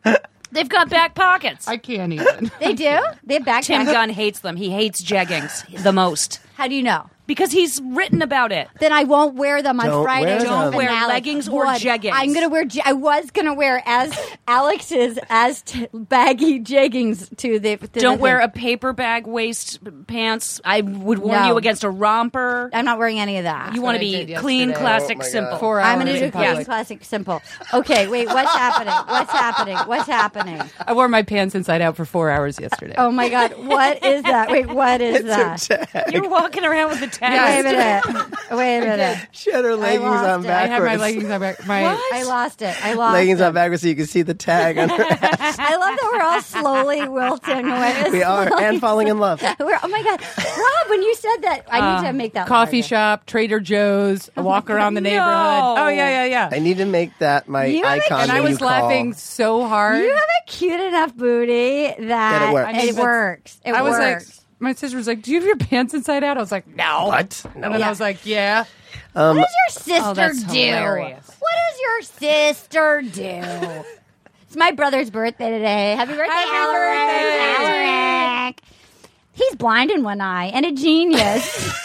They've got back pockets.
I can't even. (laughs)
(laughs)
They do. They have backpacks.
Tim Gunn hates them. He hates jeggings the most.
How do you know?
because he's written about it.
Then I won't wear them on
Don't
Friday.
wear
for
them.
Don't wear
finale.
leggings or
Would.
jeggings.
I'm gonna wear. Je- I was gonna wear
(laughs)
as Alex's as t- baggy jeggings to the. To
Don't
the
wear
thing.
a paper bag waist pants. I would warn
No.
you against a romper.
I'm not wearing any of that.
You want
I
to be
did
clean,
yesterday.
classic,
Oh my God.
simple.
Four
I'm
hours
gonna do
in public.
clean, classic, simple. Okay, wait. What's happening? What's happening? What's happening?
I wore my pants inside out for four hours yesterday.
Oh my god! What is that? Wait, what is that?
You're walking
(laughs)
around with the
Wait a
tag.
minute. Wait a minute.
She had her leggings
lost
on
it. I
I had
backwards.
my leggings on back. My
I lost it. I lost
(laughs) leggings
it.
on backwards so you can see the tag
(laughs)
on her.
I love that we're all slowly wilting away.
(laughs) we are and falling in love.
We're- oh my god, Rob! When you said that, I need to make that
Um, coffee
larger.
shop, Trader Joe's, a
(laughs)
walk around the
No.
neighborhood. Oh yeah, yeah,
I
yeah.
need to make that my
You have a
icon.
And I
when
was
you call.
laughing so hard.
You have a cute enough booty that,
it works. I
it
mean,
but-
works. It
I was
works.
like, my sister was like, "Do you have your pants inside out?" I was like, "No."
What?
And then I was like, "Yeah."
what does your sister
Oh, that's
do?
hilarious.
What does your sister do? it's my brother's birthday today. Happy birthday, Alaric! Alaric. He's blind in one eye and a genius.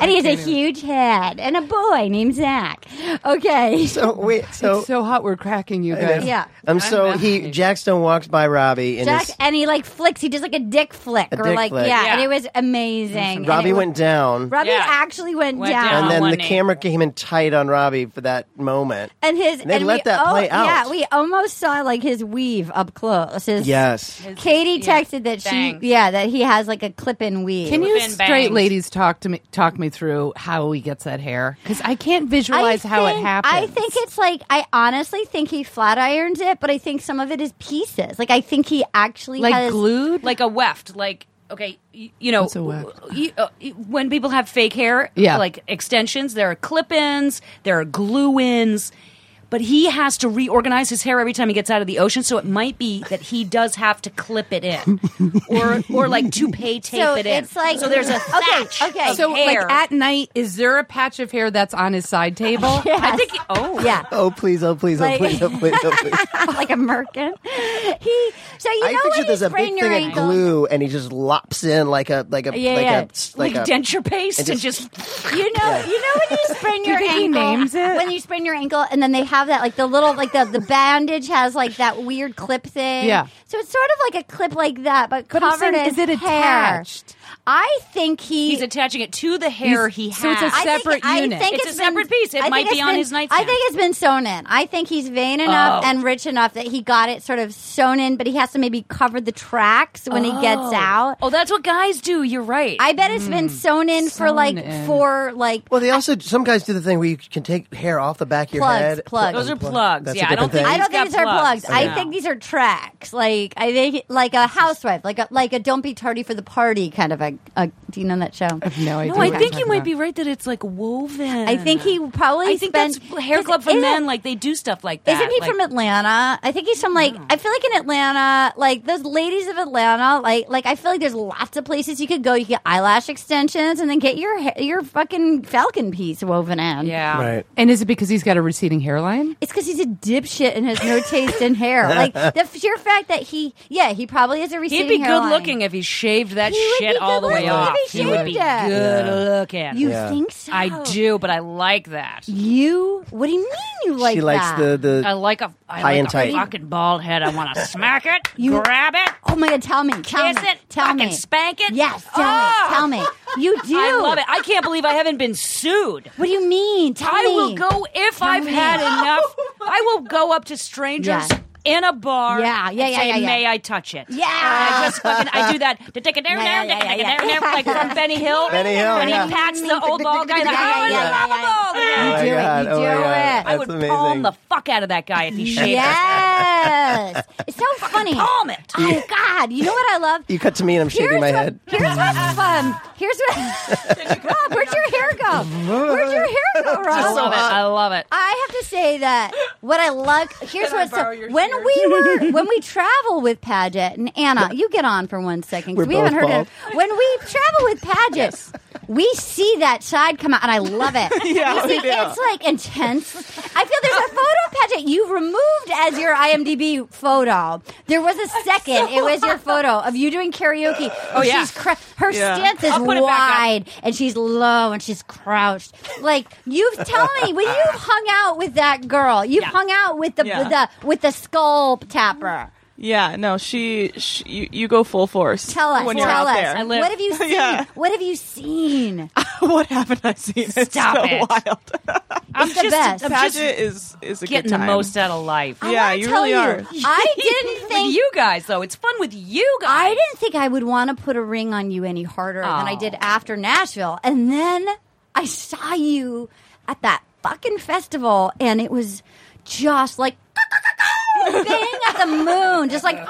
And he has a huge head and a boy named Zach.
(laughs)
Okay.
So wait, so,
So hot, we're cracking you guys.
Yeah.
I'm so he
laughing.
Jack Stone walks by Robbie and
Jack,
his-
and he like flicks. He does like a dick flick,
A
or
dick
like
flick.
Yeah,
Yeah.
and it was amazing.
Robbie
And it
went down.
was- Robbie
Yeah.
actually went,
Went
down,
down.
and then
on
the
one knee.
camera came in tight on Robbie for that moment.
and his
And they let
we,
that
oh,
play out.
Yeah, we almost saw like his weave up close. His,
Yes.
Katie
yeah,
texted that
bangs.
she yeah that he has like a clip in weave.
Can you
Within
straight
bangs.
ladies talk to me talk me through how he gets that hair? Because I can't visualize how it
think-
happens.
I think it's like I honestly think he flat irons it, but I think some of it is pieces. Like I think he actually
like
has, (laughs)
glued.
like a weft. Like okay, you, you know,
What's a weft?
you- uh, you- when people have fake hair,
Yeah.
like extensions, there are clip-ins, there are glue-ins. But he has to reorganize his hair every time he gets out of the ocean, so it might be that he does have to clip
(laughs)
it in, or or like toupee tape
So
it in.
it's like-
so there's a
Okay,
thatch
okay.
of
so.
hair.
Like at night, is there a patch of hair that's on his side table?
I think oh
yeah. (laughs)
Oh please, oh please, oh
Like-
please, oh please, oh
(laughs)
please.
like a merkin. (laughs) He so you
I
know
picture
when
there's
you
a big
sprain your
thing of
ankle.
glue and he just lops in like a like a
Yeah,
like
yeah.
a s-
like,
like, a
denture paste and just,
(laughs)
You know, you know when you sprain your
think he
ankle.
names it?
When you sprain your ankle, and then they have that like the little like the the bandage has like that weird clip thing.
Yeah.
So it's sort of like a clip like that, but,
But I'm
covered
saying,
in
is it
hair.
attached?
I think he.
he's attaching it to the hair he has.
so it's a
I think-
separate
I
unit.
think
It's a
been-
separate piece. It
I think
might
it's
be on
been-
his
I
nightstand.
think it's been sewn in. I think he's vain enough
Oh.
and rich enough that he got it sort of sewn in, but he has to maybe cover the tracks when he gets out.
oh, that's what guys do. You're right.
I bet it's been sewn in for
Hmm. sewn
like
in.
four like
Well, they also some guys do the thing where you can take hair off the back of your
Plugs,
head.
plugs.
Those are
Unplug.
plugs.
That's a
Yeah, I
different
don't think
thing.
I don't
He's got
think these are plugs.
plugs.
I
Yeah.
think these are tracks. Like I think like a housewife, like a like a don't be tardy for the party kind of a. a do you know that show?
no, I,
no, I think you might be right that it's like woven.
I think he probably.
I think
spent,
that's hair club for
Isn't-
men. Like they do stuff like that.
Isn't he
like,
from Atlanta? I think he's from like I feel like in Atlanta, like those ladies of Atlanta, like like I feel like there's lots of places you could go. You get eyelash extensions and then get your ha- your fucking falcon piece woven in.
Yeah.
Right.
And is it because he's got a receding hairline?
It's because he's a dipshit and has no taste in
(laughs)
hair. Like the sheer fact that he, yeah, he probably is a receding
He'd be good
hairline.
looking if he shaved that
He would
shit
be
all the
good-looking
way
if
off.
he
He would be
shaved it.
good looking.
You
Yeah.
think so?
I do, but I like that.
You? What do you mean you like?
she likes
that?
the the
I like a I
High
like
and
a
tight.
fucking bald head.
(laughs)
I want to smack it,
You-
grab it,
Oh my god! Tell me. Tell
kiss
me.
it,
Tell
fucking
me.
spank it.
Yes. Tell
Oh!
me. Tell me. You do.
(laughs) I love it. I can't believe I haven't been sued.
What do you mean? Tell
I
me.
will go if I've
me.
had enough. I will go up to strangers
Yeah.
in a bar.
Yeah, yeah,
and
yeah,
say,
yeah, yeah.
May I touch it?
Yeah.
I just fucking I do that. Da- da- da- da-
Yeah, yeah,
da-
yeah,
da- da-
yeah,
da-
yeah.
da- da- Like from Benny Hill.
Benny Hill,
And
yeah.
he pats the old bald guy. Like,
Yeah, yeah,
oh,
yeah, yeah,
I
yeah.
love a bald
You
guy.
my
do
God,
it. You
oh
do
my God.
it.
I would
That's amazing.
palm the fuck out of that guy if he shaved.
Yes. it's so
(laughs)
funny.
Palm it.
Oh God! You know what I love?
You cut to me and I'm shaking
Here's
my
what-
head.
Here's
(laughs)
what's fun. Here's what. (laughs) Rob, where'd your hair go? Where'd your hair go, Rob?
(laughs) I love it. I love it.
I have to say that what I like here's
Can I
what's so,
borrow your
when
shears?
we
(laughs)
were when we travel with Paget and Anna, you get on for one second
We're
because we haven't
both
heard it. When we travel with Paget, we see that side come out, and I love it.
Yeah,
We see-
we do.
it's like intense. I feel there's a photo pageant you removed as your IMDb photo. There was a second; it was
(laughs)
your photo of you doing karaoke. Oh
yeah.
she's cr- her
Yeah.
stance is
I'll put it back up.
wide, and she's low, and she's crouched. Like you've tell me when
(laughs)
you've hung out with that girl, you've
Yeah.
hung out with the,
Yeah.
with the with the skull tapper.
Yeah, no, she, she you, you go full force.
Tell us.
when you're
tell us.
out there.
I live-
What have you seen?
(laughs) Yeah.
What have you seen?
what haven't I seen? It's
Stop
so
it.
(laughs) wild.
I'm
the
just,
best.
I'm
Pageant
just
is is a
getting
good
the
time.
most out of life.
I
Yeah,
wanna
you
tell
really are. (laughs)
I didn't
With
think
you guys, though, it's fun with you guys.
I didn't think I would want to put a ring on you any harder than I
Oh.
did after Nashville. And then I saw you at that fucking festival, and it was just like bang at the moon, just like
(laughs)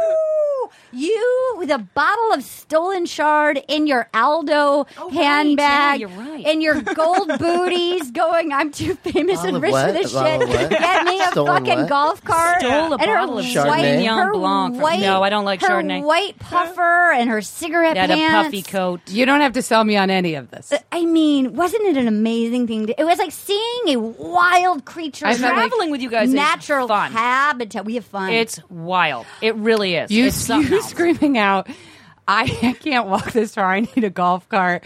oh. You with a bottle of stolen shard in your Aldo
Oh,
right. Yeah,
handbag,
you're right.
and your gold
(laughs)
booties, going, "I'm too famous
Bottle
and
of
rich for
what?
this
A bottle
shit.
of what?
Get me a
Stolen
fucking
what?
golf cart."
Stole a
and her
bottle of
white,
Chardonnay?
her
Sauvignon Blanc from-
White,
No, I don't like
her
Chardonnay.
White puffer and her cigarette
Had a
pants.
puffy coat.
You don't have to sell me on any of this.
I mean, wasn't it an amazing thing? To, it was like seeing a wild creature
I felt like-
Traveling with you guys is
natural
fun.
habitat. We have fun.
(laughs) It's wild. It really is.
You,
it's something
you
else.
screaming out, I can't walk this far. I need a golf cart.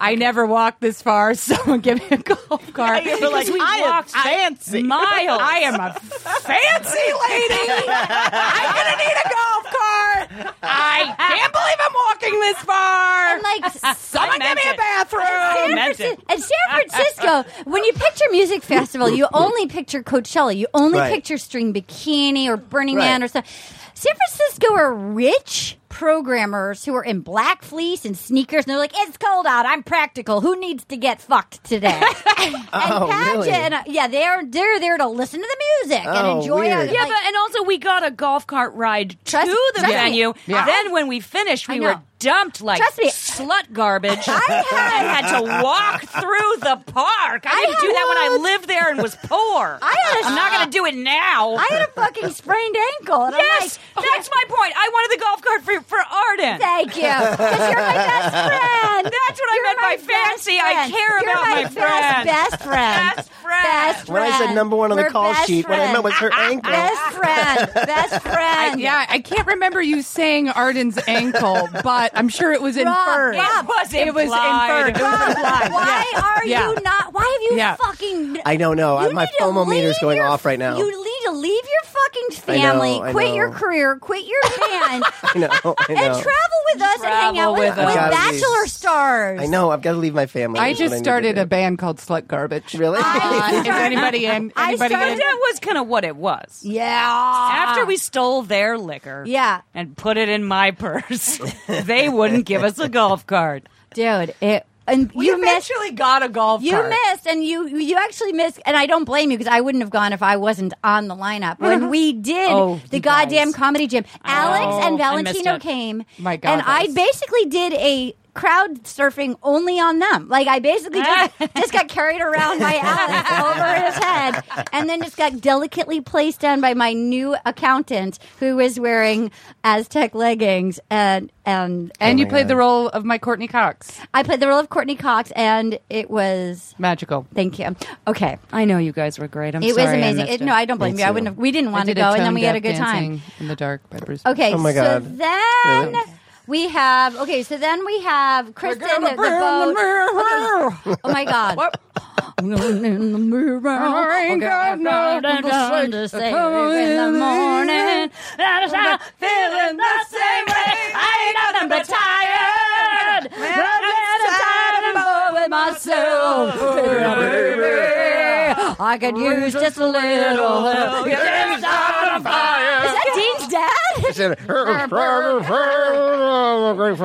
I never walked this far. (laughs) Someone give me a golf cart.
Yeah, you're like,
we
I am
walked
fancy.
miles.
I am a fancy lady. I'm gonna need a golf cart. I can't believe I'm walking this far.
and like
Someone
I
give
meant
me a
it.
Oh,
bathroom.
San
meant it.
Francisco, at San Francisco, when you picture music festival,
(laughs)
you only picture Coachella. You only
Right.
picture string bikini or Burning
Right.
Man or stuff. San Francisco are rich programmers who are in black fleece and sneakers, and they're like, "It's cold out. I'm practical. Who needs to get fucked
(laughs)
today?" (laughs) and
Oh, really?
pageant- uh, yeah, they're they're there to listen to the music and
Oh,
enjoy
weird.
it.
Yeah,
Like,
but and also we got a golf cart ride
Trust-
to the
trust me.
venue.
Yeah.
Then when we finished,
I
we
know.
were dumped like
Trust me.
slut (laughs) garbage.
I
I
had.
had to walk through the park. I,
I
didn't do
had
that when I
once-
lived there and was poor.
(laughs) I had a-
I'm not going to do it now.
I had a fucking sprained ankle. And
yes,
I'm like,
(laughs)
that's my point. I wanted the golf cart for for Arden.
Thank you. Because you're my
(laughs)
best friend.
That's what I
You're
meant by
my best
fancy. I
friend.
care
You're
about
my,
my
best,
friend.
Best friend.
Best friend.
Best
When I said
friend.
number one on the
We're
call
best
sheet, what I meant
friend.
was her ankle.
Best friend. Best friend.
Yeah, I can't remember you saying Arden's ankle, but I'm sure it was inferred.
Rob,
It was
It was
implied.
inferred. It was implied.
Why are
Yeah.
you not? Why have you
Yeah.
fucking?
I don't know. I,
You
my
need to
FOMO meter's
leave
going
your-
off right now.
You need to leave your fucking
I know,
family,
I
quit
know.
your career, quit
(laughs)
your band,
(laughs) I know. I
(laughs) and
know.
travel with us and hang out
Travel
with,
with
with
us.
bachelor stars.
I know. I've got to leave my family.
I
That's what
just
need to
started
do.
a band called Slut Garbage.
Really?
Uh,
(laughs)
is anybody in?
I
Anybody
But
started-
in?
that was kind of what it was.
Yeah.
After we stole their liquor
Ah. Yeah.
and put it in my purse, (laughs) they wouldn't give us a golf cart.
Dude, it and you missed
eventually got a
(laughs)
golf
you missed and you you actually missed and I don't blame you because I wouldn't have gone if I wasn't on the lineup. When we did
Oh,
the
you guys. Oh,
goddamn comedy gym, Alex and
I missed
Valentino
it.
came
My God,
and I
guys.
basically did a crowd surfing only on them. Like I basically
(laughs)
just, just got carried around by Alex over his head and then just got delicately placed down by my new accountant who was wearing Aztec leggings and and, and
Oh,
And you played the role of my Courtney Cox.
I played the role of Courtney Cox, and it was.
Magical. Oh,
Thank you. Okay,
I know you guys were great. I'm
it was
sorry I
amazing.
missed
It- no, I don't blame you. I wouldn't. Have, we didn't want to go, and then we had a good time.
in the dark by Bruce.
Okay.
Oh my
So
God.
then
Really?
we have. Okay. So then we have Kristen the, the boat. Okay. Oh my God. In the mirror, Oh,
Oh,
Oh,
I ain't got nothing to say in the morning.
That is how I'm feeling the same way. I ain't nothing but tired.
I'm tired of with myself. Baby, I could use just a little help. Yes, I'm on fire. Is that Dean's dad?
Give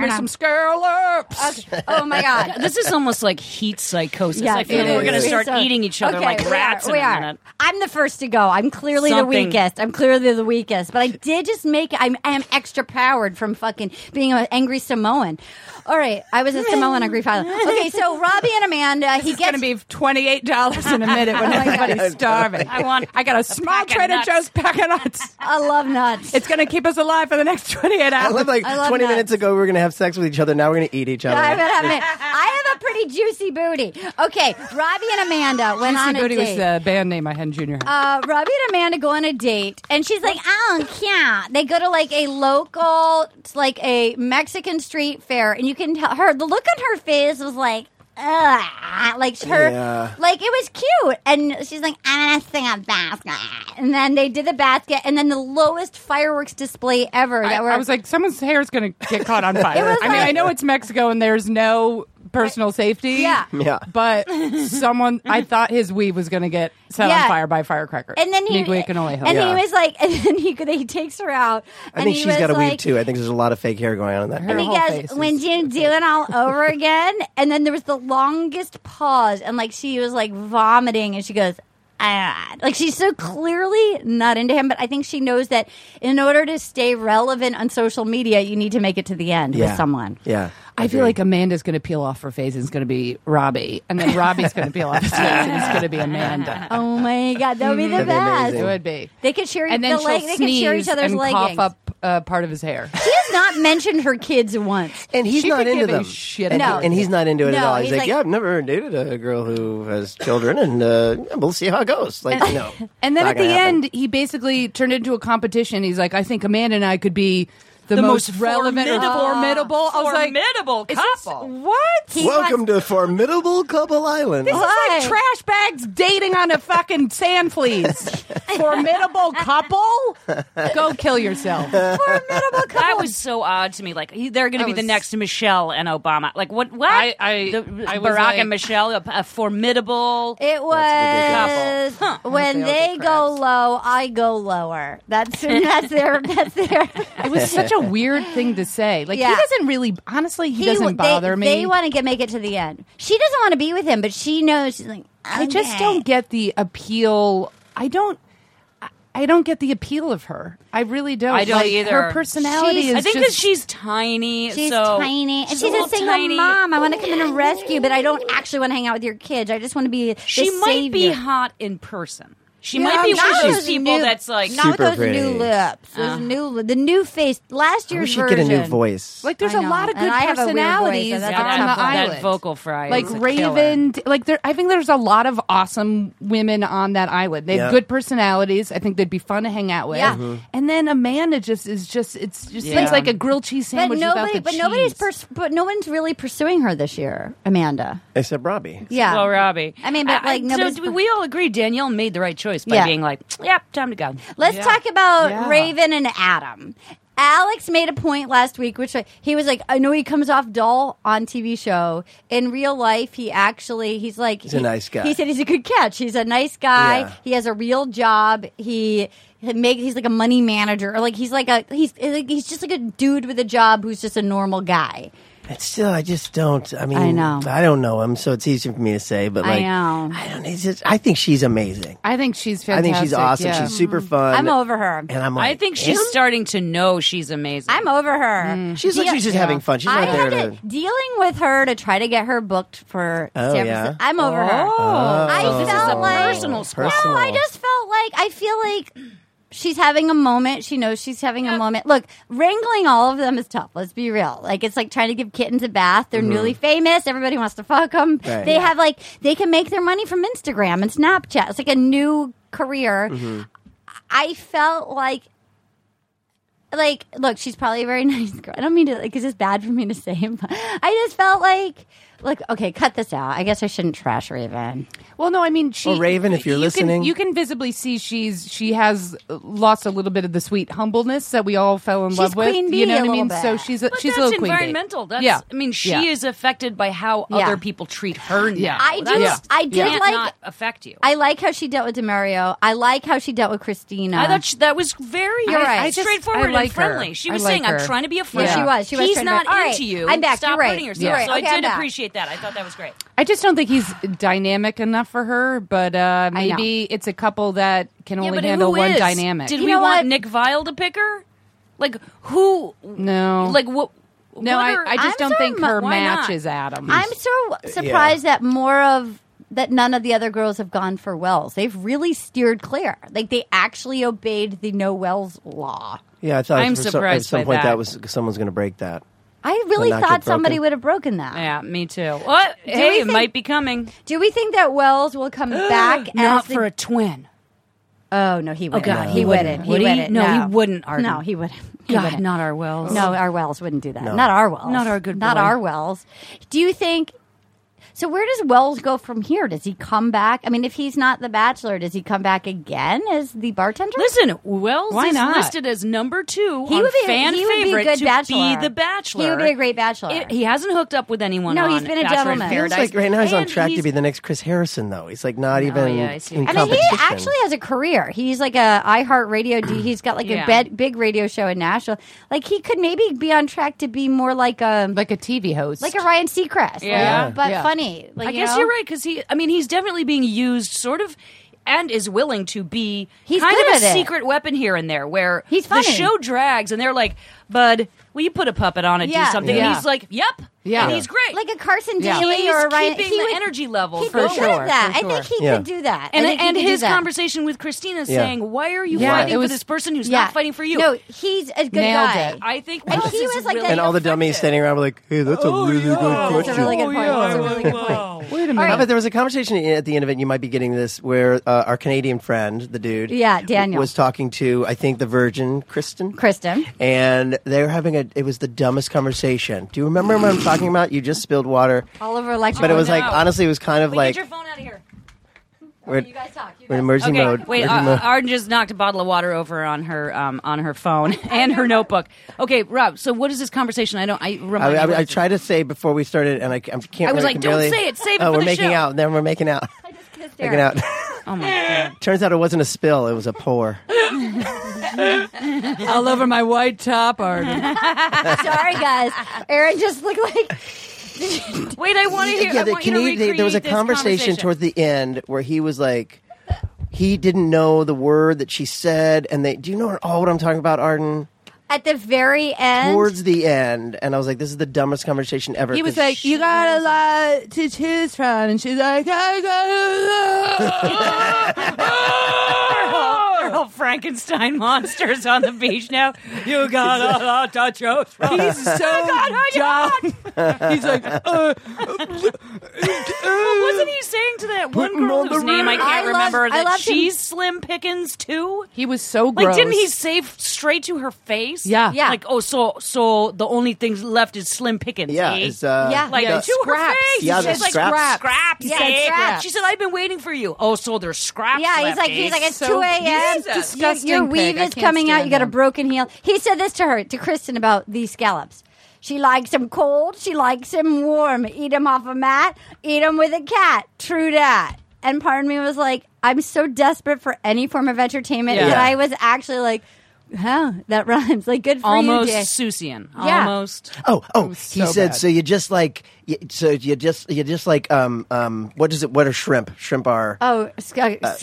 me some scallops.
Oh my
(laughs)
god.
This is almost like heat psychosis.
Yeah,
I feel
it
like we're
is.
going to start
So-
eating each other
okay,
like
we
rats
Are, we
in a
are.
minute.
I'm the first to go. I'm clearly the
Something.
weakest. I'm clearly the weakest. But I did just make. I'm. I'm extra powered from fucking being an angry Samoan. All right, I was a Samoan on Grief Island. Okay,
(laughs)
so Robbie and Amanda. He
It's going
gets
to be $28 in a minute when everybody's starving.
I want
I got a small
pack of
Trader
nuts.
Joe's pack of nuts.
a love nuts.
It's going to keep us alive for the next
(laughs)
28
I
hours.
love like
I love
20
nuts.
minutes ago we were going to have sex with each other. Now we're going to eat each
(laughs)
other.
I have, I have- I have a pretty juicy booty. Okay, Robbie and Amanda went on a
Booty was
date.
the band name I had in junior high.
uh, Robbie and Amanda go on a date, and she's like, "I don't care." They go to like a local, it's like a Mexican street fair, and you can tell her the look on her face was like, "Ugh," like her,
Yeah.
like it was cute, and she's like, "I'm gonna sing a basket," and then they did the basket, and then the lowest fireworks display ever.
I,
that Oh, were
I was like, someone's hair is going to get caught on fire.
was
I mean,
like-
I know it's Mexico and there's no personal safety.
Yeah.
Yeah.
But someone, I thought his weave was going to get set
Yeah.
on fire by firecrackers.
And then he,
Miguel Canoejo.
and
Yeah.
he was like, (laughs) and then he, he takes her out.
I
and
think
he
she's
was
got a
like,
weave too. I think there's a lot of fake hair going on in that.
Her
hair.
And he
whole face
goes, "When
is-
do you do it all over again?" And then there was the longest pause, and like she was like vomiting, and she goes. Ah. Like she's so clearly not into him, but I think she knows that in order to stay relevant on social media, you need to make it to the end with someone.
Yeah.
I feel like Amanda's going to peel off her face and it's going to be Robbie. And then Robbie's going to peel off his face and it's going to be Amanda.
(laughs) Oh my god, that would be the
That'd be
best.
amazing.
It would be.
They could share
And then
the
she'll
leg. They could share each
sneeze
other's
and
leggings.
cough up uh, part of his
(laughs)
hair.
She has not mentioned her kids once.
And he's
She
not
could
into
give a
them.
shit
and,
about
and he's not into it at
No,
all. He's,
he's
like,
like-
yeah, I've never dated a girl who has children, and uh, we'll see how it goes. Like, no.
And then
Not
at the
gonna happen.
end, he basically turned into a competition. He's like, I think Amanda and I could be the,
The
most,
most
relevant or
formidable-
formidable. I was like,
Formidable
is this-
couple.
what?
Welcome to Formidable Couple Island.
It's
Why?
like trash bags dating on a fucking sand
(laughs)
fleas. Formidable couple? Go kill yourself.
That was so odd to me. Like he- they're going to
That
be the
was-
next Michelle and Obama. Like what? What?
I- I-
The-
I
Barack
was like-
and Michelle, a, a formidable.
It was
ridiculous.
when they go low, I go lower. That's (laughs) that's their that's
(laughs)
their.
It was such a weird thing to say. Like
Yeah.
he doesn't really honestly he,
they-
doesn't bother me.
They want to get make it to the end. She doesn't want to be with him, but she knows. She's like,
I just
"Okay."
don't get the appeal. I don't I- I don't get the appeal of her. I really don't.
I don't
Like, Her
either.
personality
She's-
is
I think that
just,
she's tiny.
She's
so
tiny, and she's, a,
little
single
tiny.
mom. I want to come in and rescue, but I don't actually want to hang out with your kids. I just want to be. the
She might be
savior.
hot in person. She
Yeah,
might be
not
one of
with
those people
new-
that's like. Uh.
not with
Super
those new
pretty.
lips, those new the new face. Last
we
year's
should get a
version.
new voice.
like there's
I
a
know,
lot of
and
good
I have a weird voice, so
personalities
that's
Yeah,
why
on
that,
the
I'm-
that
island.
vocal fry.
like
is a killer.
Raven. Like there, I think there's a lot of awesome women on that island. They have
Yeah. Mm-hmm.
good personalities. I think they'd be fun to hang out with.
Yeah. Mhm.
And then Amanda just is just it's just
Yeah.
seems like a grilled cheese
But
sandwich without
nobody,
the
but nobody's,
cheese.
pers- but no one's really pursuing her this year, Amanda.
Except Robbie.
Yeah,
Well, Robbie.
I mean, but, like,
so
nobody's-
do we all agree Danielle made the right choice by
Yeah.
being like, "Yep, time to go."
Let's talk about
Yeah.
Raven and Adam. Alex made a point last week, which I- he was like, I know he comes off dull on TV show. In real life, he actually, he's like, he's
a nice guy.
He said he's a good catch. He's a nice guy.
Yeah.
He has a real job. He. he Make he's like a money manager, or like he's like a he's like, he's just like a dude with a job who's just a normal guy.
It's still, I just don't. I mean,
I know.
I don't know him, so it's easy for me to say. But
I
like,
know.
I don't. It's just, I think she's amazing.
I think she's
I
fantastic.
think she's awesome.
yeah.
She's super fun.
I'm over her.
And I'm like,
I think she's
"Him?"
starting to know she's amazing.
I'm over her.
She's like
Yeah.
she's just having fun. She's
I
not
had
there to.
to, dealing with her to try to get her booked for
Oh,
San
yeah?
Francisco. I'm over her. I
so Oh. this is
felt
a
like
personal squabble.
No, I just felt like I feel like she's having a moment. She knows she's having a moment. Look, wrangling all of them is tough. Let's be real. Like it's like trying to give kittens a bath. They're newly famous. Everybody wants to fuck them.
Right.
They have like they can make their money from Instagram and Snapchat. It's like a new career. I felt like like, look, she's probably a very (laughs) nice girl. I don't mean to, like, it's just bad for me to say, (laughs) but I just felt like, like, okay, cut this out. I guess I shouldn't trash Raven.
Well, no, I mean, she.
Well, Raven, if you're
you
listening-
can, you can visibly see she's she has lost a little bit of the sweet humbleness that we all fell in
She's
love with.
Queen Bee
you know
a
what I
little
mean?
bit.
So she's a,
But
she's a
that's
little queen bee.
environmental. That's
yeah,
I mean, she
Yeah.
is affected by how
Yeah.
other people treat her. Now.
Yeah.
I do-
That's-
I do
can't
like-
not affect you. I,
I like how she dealt with Demario. I like how she dealt with Christina.
thought she, that was very
You're right. I
just-
straightforward
I like
and friendly.
her.
She
I
was
like
saying,
her.
"I'm trying to be a friend."
yeah, she was. She was.
He's
trying to-
not
All right,
into you.
I'm back.
Stop
You're right.
hurting yourself.
You're right.
So
Okay,
I
I'm
did
back.
appreciate that. I thought that was great.
I just don't think he's dynamic enough for her, but uh,
I know.
maybe it's a couple that can
yeah,
only
but
handle
who
one
is?
dynamic.
Did
You
we
know
want
what?
Nick Vile to pick her? Like who?
no.
Like what?
no,
what
I,
are-
I just
I'm so
don't think her
mu-
why not?
match is Adam.
I'm so surprised that more of that none of the other girls have gone for Wells. They've really steered clear. Like they actually obeyed the no Wells law.
Yeah, I thought
I'm
for some, at
surprised
some
by
point that,
that.
was someone's going to break that.
I really
not get
thought somebody
broken.
would have broken that.
Yeah, me too. What? hey,
we
it
think-
might be coming.
Do we think that Wells will
(gasps)
come back
Not
as the-
for a twin.
Oh no, he wouldn't.
God,
he
he
wouldn't.
wouldn't.
He
Would he?
wouldn't.
No, he wouldn't, Arden.
No, he
(laughs)
wouldn't. He
God,
wouldn't.
not our Wells.
No, our Wells wouldn't do that. Not our Wells.
Not our good
Not
boy.
our Wells. Do you think? So where does Wells go from here? Does he come back? I mean, if he's not the Bachelor, does he come back again as the bartender?
Listen, Wells
Why
is
not?
listed as number two
He
on
would be-
fan
he would be a
favorite
good
to
bachelor.
be the Bachelor.
He would be a great bachelor.
It- he hasn't hooked up with anyone.
No,
on
he's been a
Bachelor in
gentleman. Feels
Paradise.
It's like right now he's on
And
track to
he's-
be the next Chris Harrison, though. He's like not even
yeah, I see.
in
Oh, I mean, he
competition.
actually has a career. He's like a iHeartRadio. D- he's got like a
Yeah.
bed, big radio show in Nashville. Like he could maybe be on track to be more like a
like a TV host.
like a Ryan Seacrest.
Yeah.
like, but
Yeah.
funny. Like,
I
you
guess
know?
you're right because he. I mean, he's definitely being used, sort of, and is willing to be.
He's
kind
good
of a
at it.
secret weapon here and there, where
He's
the
funny.
show drags, and they're like, "Bud, will you put a puppet on it?
Yeah.
Do something."
Yeah.
And he's like, "Yep."
Yeah.
and he's great.
like a Carson
Yeah.
Daly
He's
or a Ryan.
keeping
he
the
would-
energy level
he
for
could do
sure,
that.
for
I think
sure.
he
Yeah.
could do that. I think
and
he
and
could do
his
that.
conversation with Christina
Yeah.
saying, "Why are you
Yeah,
fighting
it was-
for this person who's
Yeah.
not fighting for you?"
No, he's a good
Nailed
guy.
it.
I think
And
Wells
he
is
was like
really
that-
and all the dummies
effective.
standing around were like, "Hey, that's a really good
Oh, That's
question."
a really good point. That's a really good point.
Oh,
Wait a
All
minute.
right.
Yeah, but there was a conversation at the end of it. You might be getting this, where uh, our Canadian friend, the dude,
Yeah, Daniel.
was talking to I think the Virgin Kristen,
Kristen.
and they were having a. It was the dumbest conversation. Do you remember what I'm talking about? You just spilled water,
Oliver Electric.
but it was like
no.
honestly, it was kind of
Wait,
like
get your phone out of here.
we're,
You guys talk. You
we're in
guys-
emergency
Okay,
mode.
wait.
Emergency
Uh,
mode.
Arden just knocked a bottle of water over on her um, on her
(laughs)
phone and her notebook. Okay, Rob. So what is this conversation? I don't. I
I,
remind you
I, I
what-
tried to say before we started, and I, I can't.
I was
I
like,
can
"Don't
barely-
say it, save it
Oh, we're
for the
making
show."
out. Then we're making out. making out. (laughs)
Oh my
Turns out it wasn't a spill; it was a pour.
(laughs) all over my white top,
(laughs)
Arden.
Sorry, guys. Aaron just looked like
god. Wait, I want to hear. I
the
want you to
Canadian-
recreate
e, there was a
this
conversation, towards the end where he was like, he didn't know the word that she said, and they. Do you know all what I'm talking about, Arden?
at the very end.
Towards the end, and I was like, this is the dumbest conversation ever.
He was
'cause
like,
she-
"You got a lot to choose from," and she's like, "I got a lot."
(laughs)
(laughs)
They're all Frankenstein (laughs) monsters on the beach now. You got a (laughs) lot to choose from.
He's (laughs)
Oh
so dumb. He's like, uh,
Wasn't he saying to that one
Putting
girl
on the
whose name I
ring.
I
can't
love-
remember
I
that
loved him.
she's Slim Pickens too?
he was so
Like,
gross.
didn't he say f- straight to her face?
Yeah.
Yeah.
Like, oh, so so the only things left is Slim Pickens.
yeah,
eh?
it's, uh,
Yeah.
like
Yeah,
to her
scraps.
face.
Yeah,
She's
there's
like
scraps.
Scraps.
Yeah,
eh?
scraps.
She said, "I've been waiting for you." Oh, so there's scraps.
Yeah, he's
left,
like
eh?
he's like it's
So-
two a.m.
he's
You-
disgusting
Your
pig.
weave
I
is
can't
coming out. You
stand
got a
him.
broken heel. He said this to her to Kristen about these scallops. She likes them cold. She likes them warm. Eat them off a mat. Eat them with a cat. True that. And part of me was like, I'm so desperate for any form of entertainment
Yeah.
that
Yeah.
I was actually like, huh, that (laughs) rhymes. Like good for
almost
you, Jay.
Susian.
Yeah.
Almost.
Oh, oh! he
so
said,
bad.
"So you just like, you, so you just, you just like, um, um, what is it? What are shrimp? Shrimp are
Oh, sc-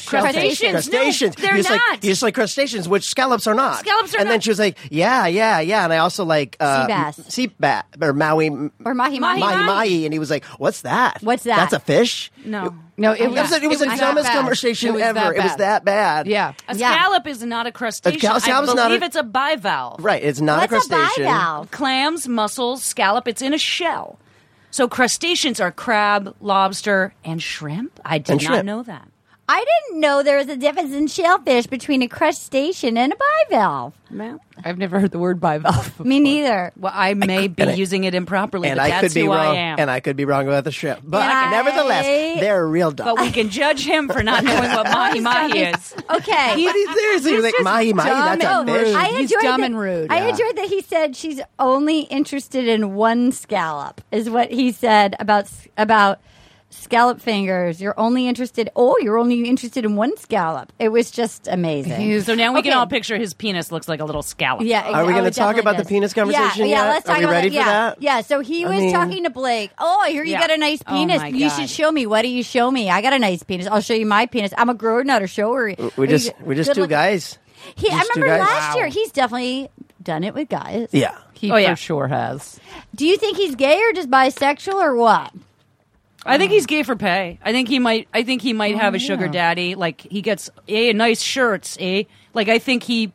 crustaceans.
crustaceans. No,
crustaceans.
they're
You're just
not.
Like, you're just like crustaceans, which scallops are not.
Scallops are
And then
not.
she was like, yeah, yeah, yeah. And I also like uh,
Sea bass.
m- sea bass or Maui m-
Or mahi mahi.
Mahi
mahi
mahi.
mahi. And he was like, what's that?
What's that?
That's a fish.
No.
No, it
It was,
was.
it was the
that
dumbest
bad.
conversation
It was
ever.
that
It was
bad.
that bad.
Yeah.
A
Yeah.
scallop is not a crustacean.
scallop's
I
not a-
believe it's a bivalve.
Right. It's not a
What's a
crustacean.
bivalve?
Clams, mussels, scallop. It's in a shell. So crustaceans are crab, lobster, and shrimp. I did
And
not
shrimp.
know that.
I didn't know there was a difference in shellfish between a crustacean and a bivalve.
Well,
I've never heard the word bivalve.
Me neither.
I may be using it improperly,
And
but
I
that's
could be
who
wrong.
I am.
And I could be wrong about the shrimp. But
I-
nevertheless, they're real
but we
dumb.
can judge him for not knowing (laughs) what mahi mahi is.
Okay.
(laughs) But seriously, like mahi mahi,
dumb
that's a
and rude.
fish.
I
He's
enjoyed
dumb
that-
and rude.
I
Yeah.
enjoyed that he said she's only interested in one scallop. Is what he said about about scallop fingers. You're only interested. Oh, you're only interested in one scallop. It was just amazing.
So now we
Okay.
can all picture his penis looks like a little scallop.
Yeah,
Are we
oh,
gonna
it
talk
definitely
about the
does.
penis
Yeah,
conversation
yeah
yet?
let's
Are
talk
we
about
ready
that.
for
yeah.
that?
Yeah, so he was
mean-
talking to Blake. Oh, I hear you
Yeah.
got a nice
Oh,
penis.
my
you should
God.
show me. What do you show me? I got a nice penis. I'll show you my penis. I'm a grower, not a shower.
We just, we just two guys.
He, I
just two
remember
guys.
last
Wow.
year. He's definitely done it with guys.
Yeah.
He
Oh, yeah.
for sure has.
Do you think he's gay or just bisexual or what?
I think he's gay for pay. I think he might. I think he might
Oh,
have a sugar daddy. Like he gets eh, nice shirts. Eh, like I think he,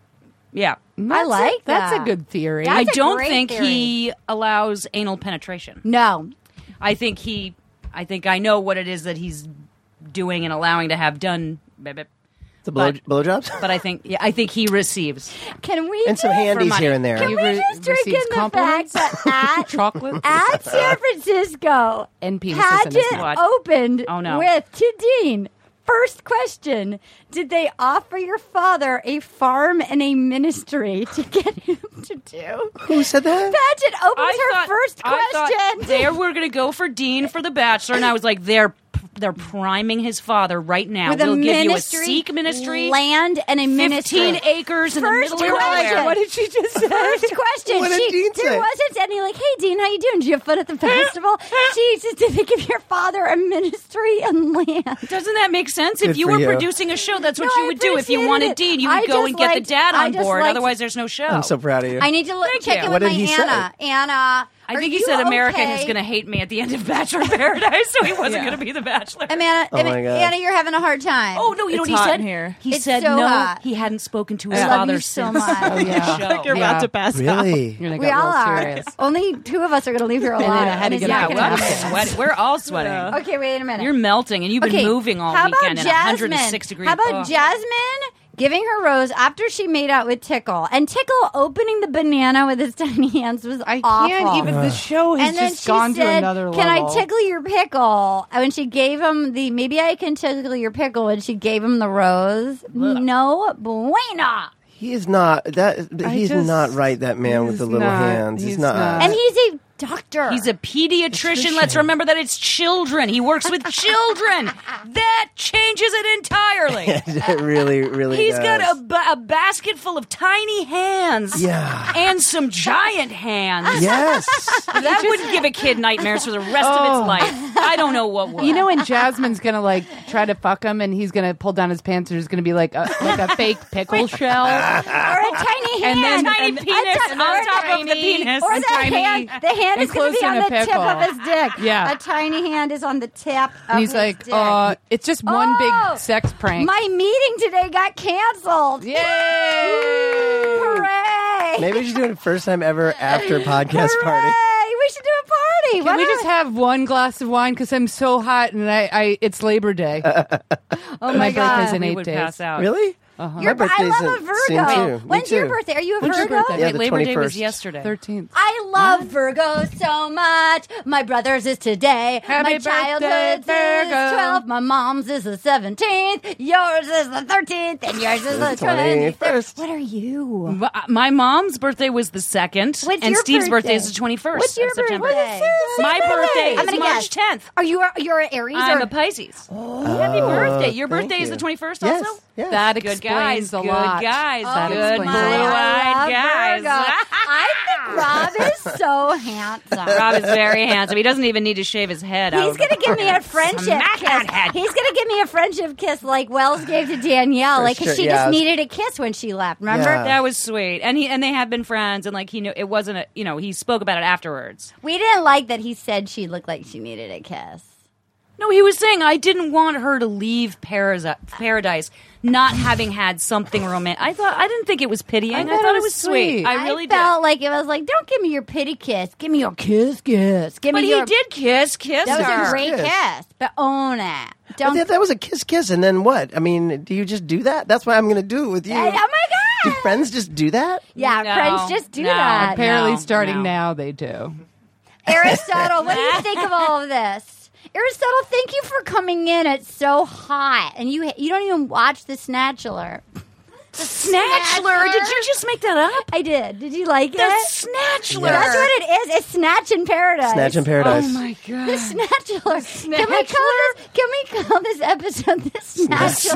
yeah.
I like
a, that's a
that.
good theory.
That's
I
a
don't
great
think
theory.
he allows anal penetration.
No,
I think he. I think I know what it is that he's doing and allowing to have done. Bip, bip.
The blow,
But-
blowjobs?
But I think, yeah, I think he receives.
can we?
and some
just-
handies here and
Can
there.
we
re-
just drink in
receives
the fact
compliments? (laughs)
that at
chocolate.
at San Francisco,
And penises in his
pageant
mouth.
opened
Oh, no.
with to Dean. First question: Did they offer your father a farm and a ministry to get him to do?
Who said that?
Pageant opens
I
her
thought-
first
I thought
question.
there we're gonna go for Dean for the Bachelor, and I was like, they're they're priming his father right now.
with
we'll
a
give you a
ministry,
Sikh ministry,
land, and a ministry.
(laughs) fifteen acres in
First
the middle of
question.
nowhere.
What did she
(laughs)
just say?
First question.
What did
she,
Dean
there
say?
wasn't any like, "Hey, Dean, how you doing? Did you have fun at the festival?" she just didn't give your father a ministry and land.
Doesn't that make sense?
Good
if you
for
were
you.
producing a show, that's what
No,
you
I
would do. If you
appreciated
wanted
it.
Dean, you
I
would go
just
and get
liked-
the dad
I
on
just
board.
liked-
Other's there's no show.
I'm so proud of you.
I need to look,
Thank
check
you.
in
What
with
did
my
he say?
Anna. Anna,
I
are
think he
you
said America
okay?
is going to hate me at the end of Bachelor (laughs) in Paradise, so he wasn't going to be the Bachelor.
Amanda,
Oh my
Ama-
God.
Anna, you're having a hard time.
oh no, you know what
It's
he
hot
said?
in here.
He
It's
said
so
no.
hot.
He hadn't spoken to his
I love
father
you so
since (laughs)
much.
the
yeah.
show.
You're
Yeah.
about to pass
(laughs)
out.
Really?
You're gonna
we
get
all
real
are.
serious.
Only two of us are going to leave
(laughs)
here alive.
I had to
and
get
it's
Yeah,
not
out.
gonna
well, I'm
happen.
sweating. We're all sweating.
Okay, wait a minute.
You're melting, and you've been
okay,
moving all
how
weekend
about
in
Jasmine?
106 degrees.
How about
Ugh.
Jasmine giving her rose after she made out with Tickle, and Tickle opening the banana with his (laughs) tiny hands was
I
awful.
can't even. The show has
and then
just
she
gone
said,
to another level.
"Can I tickle your pickle?" And when she gave him the maybe I can tickle your pickle, and she gave him the rose, no bueno.
He is not that.
I
He's
just-
not right. That man with the
he's
little
not-
hands. He's,
he's
not.
not.
And he's a doctor.
Uh, Oh, He's a pediatrician. Let's remember that it's children. He works with children. That changes it entirely.
(laughs) it really, really.
He's got
does.
a, ba- a basket full of tiny hands
Yeah.
and some
(laughs)
giant hands.
Yes.
(laughs)
That would give a kid nightmares for the rest of its life. I don't know what would.
You know, when Jasmine's gonna like try to fuck him, and he's gonna pull down his pants, and there's gonna be like a, like a
(laughs)
fake pickle shell,
or a
(laughs)
tiny
and
hand.
then
tiny
and,
penis
a ti-
on
or
top
tiny-
of the penis.
or
a
the
tiny-
hand, the hand is going to
enclosed
be
in
on
a
the tip
pickle.
of his dick.
Yeah.
a tiny hand is on the tip. Of
and he's
his
like,
dick.
uh, it's just one
Oh!
big sex prank.
my meeting today got canceled.
Yay!
Hooray!
Maybe we should do a first time ever after podcast
Hooray!
party.
We should do a party. Why
Can we
not?
just have one glass of wine because I'm so hot and I, I it's Labor
(laughs)
Day.
oh
my
my
birthday's
God.
in
we
eight
would
days.
pass out.
Really?
Uh-huh. Your-
My
I
birthday's
love a
in- soon,
Virgo.
too. Me
When's your
too.
birthday? Are you a
When's your
Virgo?
birthday?
Yeah, the
Wait, Labor Day was
21st.
yesterday.
13th.
I love Virgo so much. My brother's is today.
Happy
My
birthday,
childhood's is
Virgo.
12. My mom's is the 17th. Yours is the 13th. And yours is the
21st.
21st. What are you?
But, uh, My mom's birthday was the second,
What's
and
your
Steve's
birthday?
is the twenty first.
What's your
September.
birthday?
My birthday
I'm
is
gonna guess.
March tenth.
Are Oh. you you're an Aries
I'm
or
a Pisces. Happy birthday! Your
Oh, thank
birthday is
you.
the 21st,
Yes.
also.
yes.
That
Good
explains
guys,
a
good
lot.
guys,
Oh,
good
explains a lot.
I
blue-eyed
love
guys.
Virgo.
(laughs)
I think Rob is so handsome.
Rob is very handsome. He doesn't even need to shave his head.
He's gonna give me a friendship
Smack
kiss.
that head.
He's gonna give me a friendship kiss like Wells gave to Danielle, like 'cause
sure,
she
yeah, I
just
was-
needed a kiss when she left. Remember?
Yeah.
That was sweet, and he and they have been friends, and like he knew it wasn't a you know he spoke about it afterwards.
We didn't like that he said she looked like she needed a kiss.
No, he was saying I didn't want her to leave Paris, paradise not having had something romantic. I thought I didn't think it was pitying. I
thought it was sweet.
I really
felt
did.
like it was like, don't give me your pity kiss, give me your kiss, kiss, give
But
me
he
your.
did kiss, kiss
that was
her.
a great
Kiss.
kiss, but own it.
But
Don't.
that, that was a kiss, kiss, and then what? I mean, do you just do that? That's why I'm going to do it with you.
Hey, oh my
Do
god!
friends just do that?
Yeah,
No,
friends just do
no.
that.
Apparently,
No,
starting
no.
now they do.
(laughs) Aristotle, what do you think of all of (laughs) this? Aristotle, thank you for coming in. It's so hot, and you you don't even watch the Snatch Alert.
Snatchler? Did you just make that up?
I did. Did you like
The
it?
Snatchler.
That's what it is. It's Snatch in Paradise.
Snatch in
Oh
paradise.
The Snatchler. Can we call this? Can we call this episode the Snatchler?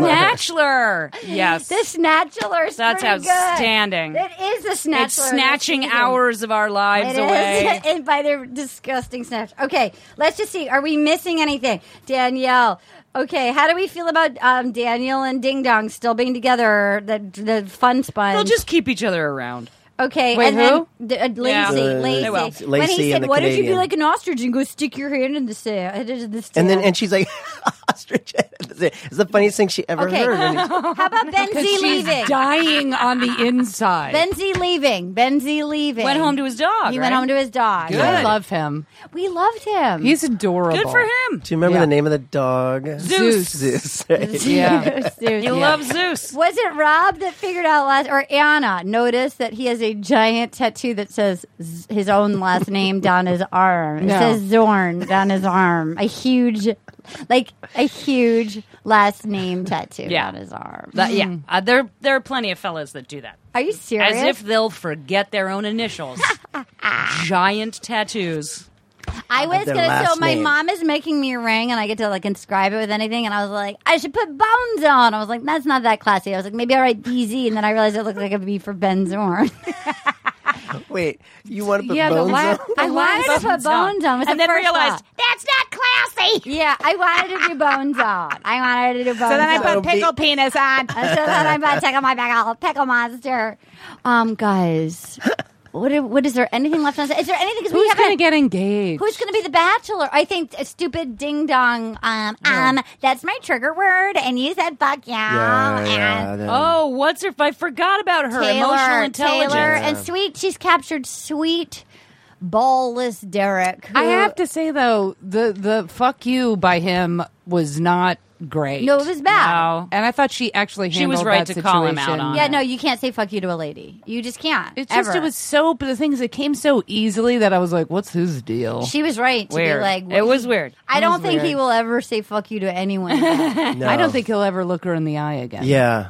Snatchler. Yes.
The Snatchler. is
That's
pretty good.
outstanding.
It is the Snatchler.
It's
of the
snatching
season.
hours of our lives
It
away.
is, and by their disgusting snatch. Okay, let's just see. Are we missing anything, Danielle? Okay, how do we feel about um, Daniel (laughs) and Ding Dong still being together? The the fun sponge.
They'll just keep each other around.
Okay,
Wait,
and
who?
then the, uh,
Yeah.
Lacey,
Uh,
Lacey.
They will.
when
Lacey
he
and
said,
the
"Why don't you be
Canadian.
like an ostrich and go stick your hand in the sand?" in the
And then
sand?"
and she's like, (laughs) ostrich. head." It's the funniest thing she ever
Okay.
heard. when it's-
(laughs) how about
(laughs)
Benzie
She's
leaving?
dying
(laughs)
on the inside.
Benzie leaving. Benzie leaving.
Went home to his dog.
He went
right?
home to his dog.
I love him.
We loved him.
He's adorable.
Good for him.
Do you remember
Yeah.
the name of the dog?
Zeus.
Zeus. (laughs) right?
(laughs)
Yeah.
He loves Zeus.
Was it Rob that figured out last, or Anna noticed that he has a giant tattoo that says Z- his own last name down his arm?
No.
It says Zorn down his arm. A huge, like a huge last name tattoo
Yeah.
down his arm.
That- yeah, uh, there there are plenty of fellas that do that.
Are you serious?
As if they'll forget their
(laughs)
own initials. Giant tattoos.
I was
their
gonna. So
last
my
name.
mom is making me a ring, and I get to like inscribe it with anything. And I was like, I should put Bones on. I was like, that's not that classy. I was like, maybe I'll write BZ, and then I realized it looked like it'd be for Ben Zorn.
Wait, you want to put
Yeah, the
bones
(laughs)
la-
on?
I wanted to put Bones on, was
and
the
then
first thought.
realized that's not classy.
Yeah, I wanted to do bones on. I wanted to do bones on. So then
put pickle
penis on. so then I put tickle my pickle, pickle monster. Um, guys, what, i- what is there anything left on? Is there anything? 'cause we
Who's
haven't-
going to get engaged?
Who's going to be the bachelor? I think a stupid ding dong. Um, um, that's my trigger word, and you said fuck yeah.
Yeah, yeah,
and
yeah.
Oh, what's her? I forgot about her emotional
Taylor,
intelligence.
Taylor, and sweet. She's captured sweet, ballless Derek. who-
I have to say though, the the fuck you by him was not great.
No, it was bad.
Wow.
and I thought she actually handled
She was right
that
to call him out
situation.
on
Yeah, no, you can't say fuck you to a lady. You just can't.
It's just
ever.
it was so. But the things that came so easily that I was like, "What's his deal?"
She was right to
Weird.
be like,
it was weird.
I don't think he will ever say fuck you to anyone. (laughs)
No.
I don't think he'll ever look her in the eye again.
Yeah.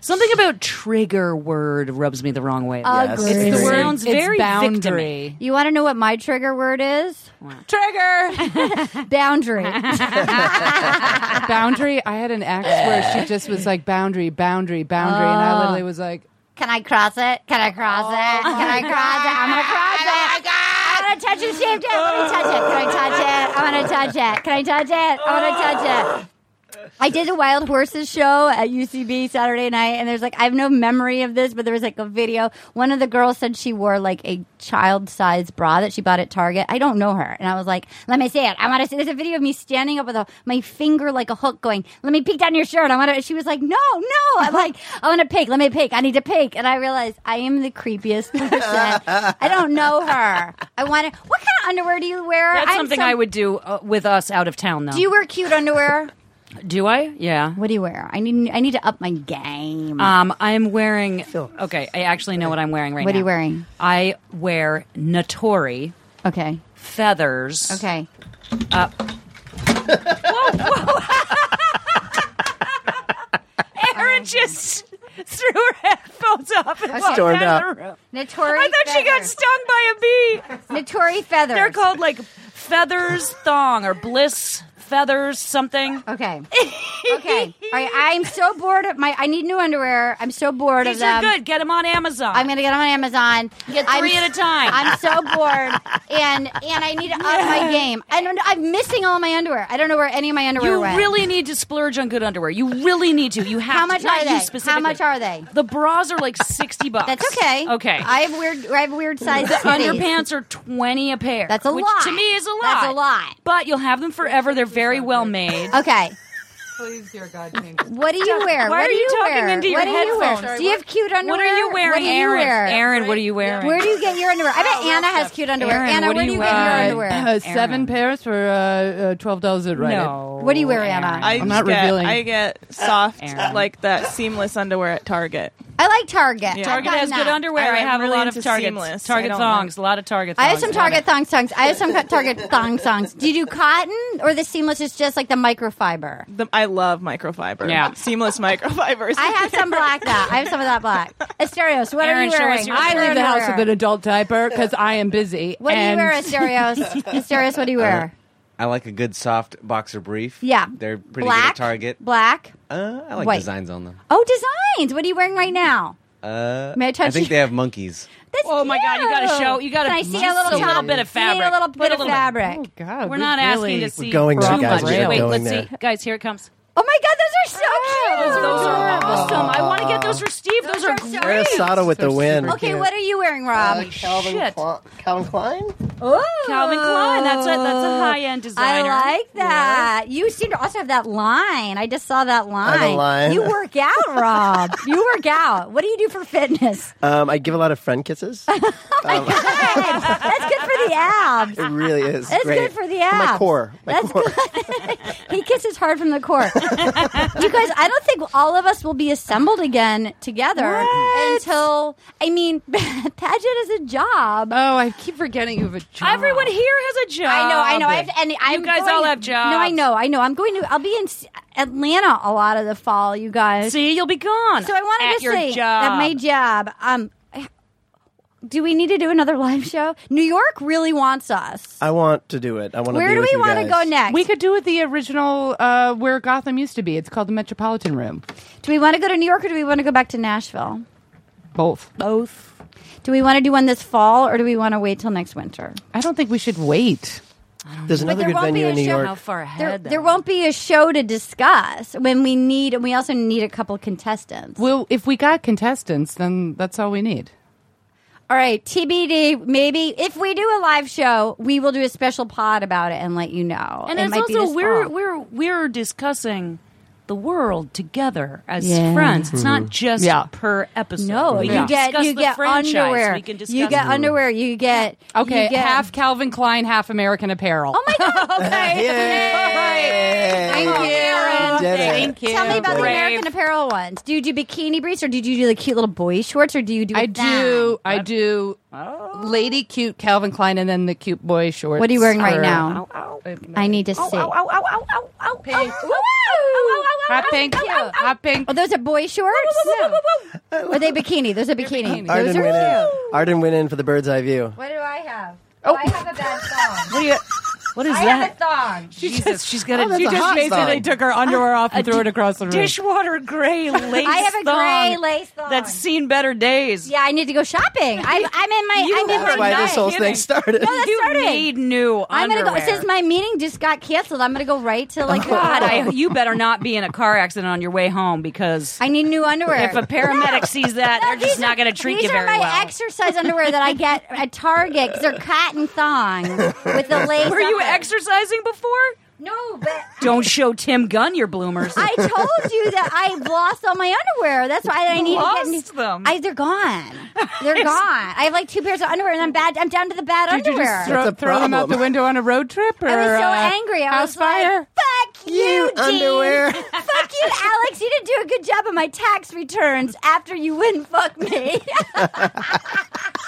Something about trigger word rubs me the wrong way.
Yes.
Agreed.
It's the word-
Sounds
It's
very
boundary.
You want to know what my trigger word is?
Trigger
(laughs)
(laughs)
Boundary.
boundary. I had an ex where she just was like boundary, boundary, boundary, and I literally was like,
Can I cross it? Can I cross
Oh
it? Can I cross it? I'm gonna cross it. I'm gonna touch it, shaved it. Let me touch it. Can I touch it? I'm gonna touch it. Can I touch it? I'm gonna touch it. I did a Wild Horses show at UCB Saturday night, and there's like I have no memory of this, but there was like a video. One of the girls said she wore like a child-sized bra that she bought at Target. I don't know her, and I was like, "Let me see it. I want to see." There's a video of me standing up with a, my finger like a hook, going, "Let me peek down your shirt." I want to. She was like, "No, no." (laughs) I'm like, "I want to peek. Let me peek. I need to peek." And I realized I am the creepiest (laughs) person. I don't know her. I want to. What kind of underwear do you wear?
That's
I'm
something
some-
I would do uh, with us out of town, though.
Do you wear cute underwear?
Do I? Yeah.
What do you wear? I need I need to up my game.
Um, I'm wearing. Okay, I actually know what I'm wearing right
What are
now.
you wearing?
I wear Natori
okay.
feathers.
Okay.
(laughs) Erin just threw her headphones off and walked
stormed
out
out.
of the room.
Notori.
I thought she got stung by a bee.
Notori feathers.
They're called like feathers thong or bliss feathers something. (laughs)
Okay. Okay. All right. I'm so bored of my. I need new underwear. I'm so bored of
These
them.
are good. Get them on Amazon.
I'm gonna get them on Amazon.
Get three
I'm,
at a time.
I'm so bored, and and I need to up my game. I don't. I'm missing all my underwear. I don't know where any of my underwear
you
went.
really need to splurge on good underwear. You really need to. You have
How
to.
much
Not
are
you
they?
specifically.
How much are they?
The bras are like sixty bucks.
That's okay.
Okay.
I have weird. I have weird sizes.
Underpants are twenty a pair.
That's a
which
lot.
To me, is a lot.
That's a lot.
But you'll have them forever. They're very well made.
Okay.
"Please, dear God, change." it."
What do you wear?
why
what
are
do
you talking
wear?
into your
what do you wear?
headphones?
do you have cute underwear?
What are you wearing,
What do you
Aaron?
wear?
Aaron, what are you wearing?
Where do you get your underwear? I bet Anna has cute underwear.
Aaron,
Anna,
what
where
do
do you
you
get your
wear?
underwear?
Uh, seven
Aaron.
pairs for uh, uh, twelve dollars at Rite Aid.
no.
What do you wear, Anna?
I
I'm not
get,
revealing.
I get soft uh,
Aaron.
like that seamless underwear at Target.
I like Target.
Yeah.
I've
Target has
gotten
good
that.
underwear. I
I'm
have a
really
lot of
into
Target
seamless. I
Target
don't
thongs. A lot of Target thongs.
I have some
Love
Target
it.
thong songs. I have some (laughs) co- Target thong songs. Do you do cotton or the seamless? Is just like the microfiber.
The, I love microfiber.
Yeah.
Seamless microfibers.
I have some black though. I have some of that black. Asterios, what are
Aaron,
you
show
wearing?
us your-
What's
I
your
leave the house with
underwear?
an adult diaper because I am busy.
(laughs) What do you
and
wear,
(laughs)
Asterios? Asterios, what do you wear?
I like a good soft boxer brief.
Yeah,
They're pretty
black,
good at Target.
Black.
Uh, I like
White.
designs on them.
Oh, designs. What are you wearing right now?
Uh,
May I touch
think
you?
they have monkeys.
That's
Oh my God, you gotta
cute.
show- you gotta
Can I see a little,
see a
top?
little bit of
See a
fabric.
little
Put a
bit of
little bit.
fabric.
Oh, God,
We're
we
not
really-
asking to see
going
too
there, guys.
much.
We're
Wait,
going
let's
there.
see, guys. Here it comes.
Oh my god, those are so
those. Those are awesome. I want to get those for Steve. Those,
are
are,
so
great.
cute.
Aristotle with the wind.
Okay, what are you wearing, Rob?
Uh,
Calvin,
Shit.
Klein, Calvin Klein?
Oh.
Calvin Klein. That's a, that's a high end
I
designer.
like that. You seem to also have that line. I just saw that line.
line.
You work out, Rob. you work out. What do you do
(laughs)
for fitness?
Um, I give a lot of
(laughs)
friend kisses. Um,
Hey, that's good for the abs.
it really is.
That's
great.
good for the
my
abs.
core. My
That's
core.
He kisses hard from the
(laughs)
core. you guys, I don't think all of us will be assembled again together until. I mean, (laughs) pageant is a job.
Oh, I keep forgetting you have a job.
Everyone here has a job.
I know, I know. I've, and I'm
guys
going-
all have jobs.
No, I know, I know. I'm going to. I'll be in S- Atlanta a lot of the fall, you guys.
See, you'll be gone.
so I
at
wanted to
your
say
job.
that my job. Um, do we need to do another live show? New York really wants us.
I want to do it. I want to
Where
be
do
with
we
you
want to
guys.
go next?
We could do it the original uh, where Gotham used to be. It's called the Metropolitan Room.
do we want to go to New York or do we want to go back to Nashville?
Both.
Both. Do we want to do one this fall or do we want to wait till next winter?
I don't think we should wait.
There's
But
another
there
good
won't be
venue
a
in New
show.
York.
How far
There,
ahead?
there
though.
won't be a show to discuss when we need, and we also need a couple contestants.
Well, if we got contestants, then that's all we need.
All right, TBD. Maybe if we do a live show, we will do a special pod about it and let you know.
and
It
it's
might be
also
this
we're
fall.
we're we're discussing the world together as
Yeah.
friends. It's not
Mm-hmm.
just
Yeah.
per episode.
no,
we
you
can
get
discuss
you
the
get
franchise.
underwear.
We can discuss
you get underwear. You get
Okay,
you get-
half Calvin Klein, half American Apparel.
Oh my god! (laughs) Okay.
(laughs) Yay.
Thank you.
Aaron,
Did it.
thank you.
Tell me about the
Brave.
American Apparel ones. Do you do bikini briefs or did you do the cute little boy shorts or do you do?
I
it
do.
down?
I do. Lady cute Calvin Klein, and then the cute boy shorts.
What are you wearing right
for-
now? I need to see.
Pink.
oh, Hot
Hot pink. Hot pink.
Ah, Oh, those are boy shorts. Are they bikini? Those are bikini.
bikini.
Those
Arden
are
went in.
cute.
Arden went in for the bird's eye view.
What do I have? Oh, I have a bad thong. (laughs) what do you? What is I have a Oh, thong.
She just, she's got a,
that's
she
a
just
hot
basically
song.
took her underwear off and threw it across the
room.
Dishwater gray lace.
(laughs) I have a gray
thong
lace thong.
that's seen better days.
yeah. I need to go shopping. (laughs) I'm, I'm in my.
You
I'm in
are
my
That's why
not
this whole
kidding.
thing started.
that's
you
starting.
need new underwear.
I'm gonna go. Since my meeting just got canceled, I'm gonna go right to like (laughs)
God,
Oh.
I, you better not be in a car accident on your way home because
I need new underwear.
if a paramedic sees that, they're just not going to treat
These
you
are my
very well.
exercise underwear that I
(laughs)
get at Target 'cause they're cotton thongs with the lace.
Were you
on.
exercising before?
No, but
(laughs) Don't show Tim Gunn your bloomers.
I told you that I've lost all my underwear. That's why I need to get
Lost them?
I, they're gone. They're
(laughs)
gone. I have like two pairs of underwear, and I'm bad. I'm down to the bad
Did you
underwear.
just throw,
That's a
throw them out the
problem.
window on a road trip? Or,
I was so
uh,
angry. I
house
was like,
fire?
"Fuck you, Dean.
underwear.
Fuck you, Alex. You didn't do a good job on my tax returns after you wouldn't fuck me."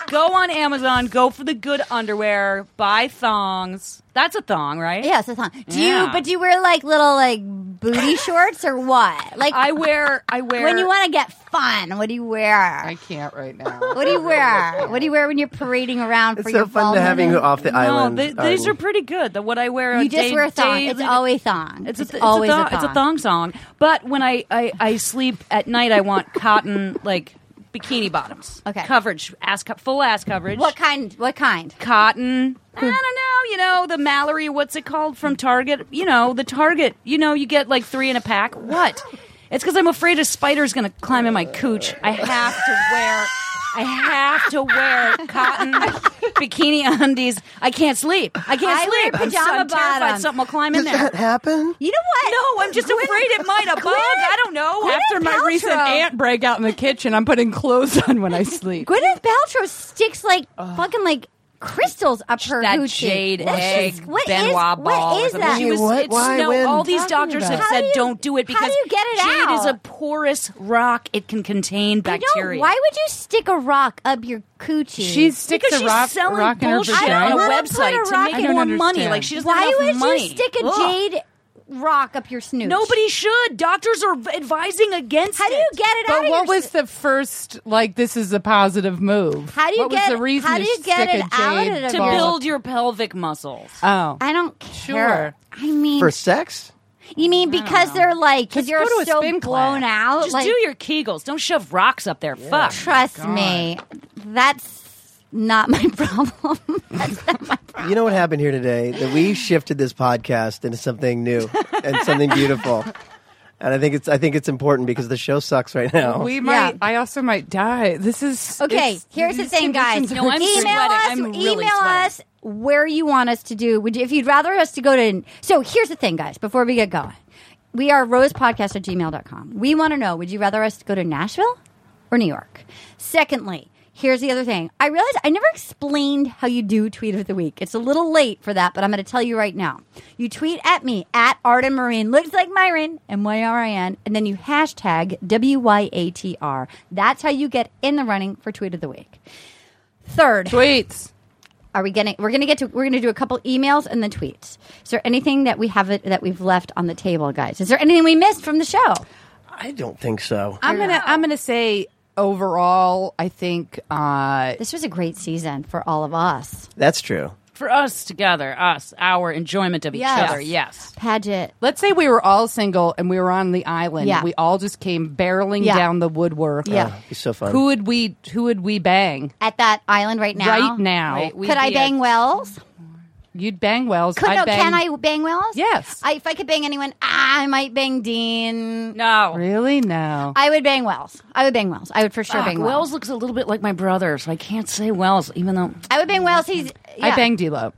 go on Amazon, go for the good underwear, buy thongs. That's a thong, right?
yes, it's on. Do you?
Yeah.
But do you wear like little like (laughs) booty shorts or what? Like
I wear I wear
when you want to get fun, what do you
I
wear?
can't right (laughs) now.
What do (laughs) you wear? What do you wear when you're parading around for
It's
your
so
ball
fun to having you
movement?
off the
No,
island.
th- these
Arden.
are pretty good. The what I wear on
You just
day-
wear a thong.
daily-
It's always thong. It's,
It's, a, th- it's
always
a thong. It's a thong song. But when I, I, I sleep at night, I want cotton like bikini bottoms.
Okay.
coverage, ass co- full ass coverage.
What kind? What kind?
cotton. I don't know. You know the Mallory. What's it called from Target? You know the Target. You know you get like three in a pack. What? It's because I'm afraid a spider's going to climb in my cooch. I have to wear. I have to wear cotton bikini undies. I can't sleep. I can't
I wear
sleep. I'm so-
pajama
I'm, terrified
bottoms.
something will climb in
Does
there.
that happen?
You know what?
No, I'm just afraid it might a bug. I don't know.
After my
Paltrow.
recent ant breakout in the kitchen, I'm putting clothes on when I sleep.
Gwyneth Paltrow sticks like fucking like crystals up her
that
Gucci.
jade
That's
egg
just- what is-
Benoit ball.
What is
or something.
that?
She was,
What?
it's-
Why?
no,
When?
all these
Talking
doctors
about.
have
How
said
do you-
don't do it
how
because
do you get it
jade is a
out?
porous rock. It can contain
I don't.
bacteria.
Why would you stick a rock up your coochie?
(laughs) She sticks
because
a
she's
rock,
selling
rock in her
bullshit
I
vagina.
on
don't
a
wanna put a
website to
rock
make
in-
more
I don't
money.
understand.
Like she doesn't
Why
have
would
enough money.
you stick a
Ugh.
jade rock up your snooch?
Nobody should. Doctors are advising against
How do
it.
you get it out?
But
of
what
your
was the first? Like this is a positive move.
How do you
what
get-
Was the reason
how
to
do you get
stick
it
a jade
out of
to
Balls.
build your pelvic muscles?
Oh,
I don't care.
Sure.
I mean,
For sex?
you mean because they're like because you're
go to a
so
spin
blown
class.
out.
Just
like,
do your Kegels. Don't shove rocks up there. Fuck.
Trust me, that's not my (laughs) problem. that's not my problem.
You know what happened here today? That we shifted this podcast into something new and something beautiful. and I think it's I think it's important because the show sucks right now.
We might.
Yeah.
I also might die. This is
Okay,
it's-
here's the
these
thing, guys.
conditions
No,
are-
I'm
email
sweating.
us.
I'm really
email
sweating.
us where you want us to do. Would you, if you'd rather us to go to. So here's the thing, guys. Before we get going, we are rosepodcast at gmail.com. We want to know: Would you rather us to go to Nashville or New York? Secondly. Here's the other thing. I realized I never explained how you do tweet of the week. It's a little late for that, but I'm going to tell you right now. You tweet at me at Arden Marine, looks like Myron, M Y R I N, and then you hashtag W Y A T R. That's how you get in the running for tweet of the week. Third,
tweets.
are we gonna we're gonna get to we're gonna do a couple emails and then tweets. Is there anything that we have that we've left on the table, guys? Is there anything we missed from the show?
I don't think so.
I'm gonna. I'm gonna say overall. I think. uh
This was a great season for all of us.
That's true.
For us together, us, our enjoyment of each
Yes.
other, yes.
Paget.
Let's say we were all single and we were on the island.
Yeah.
We all just came barreling
Yeah.
down the woodwork.
Yeah.
It'd be so fun.
Who would we? Who would we bang?
At that island right now.
Right now.
Right, we-
Could I
did.
bang Wells?
You'd bang Wells.
Could
I'd
no,
bang,
can I bang Wells?
Yes.
I, if I could bang anyone, I might bang Dean.
No.
Really? No.
I would bang Wells. I would bang Wells. I would for sure
Fuck,
bang
Wells looks a little bit like my brother, so I can't say Wells, even though
I would bang Wells. He's
I
yeah.
bang D-Lo.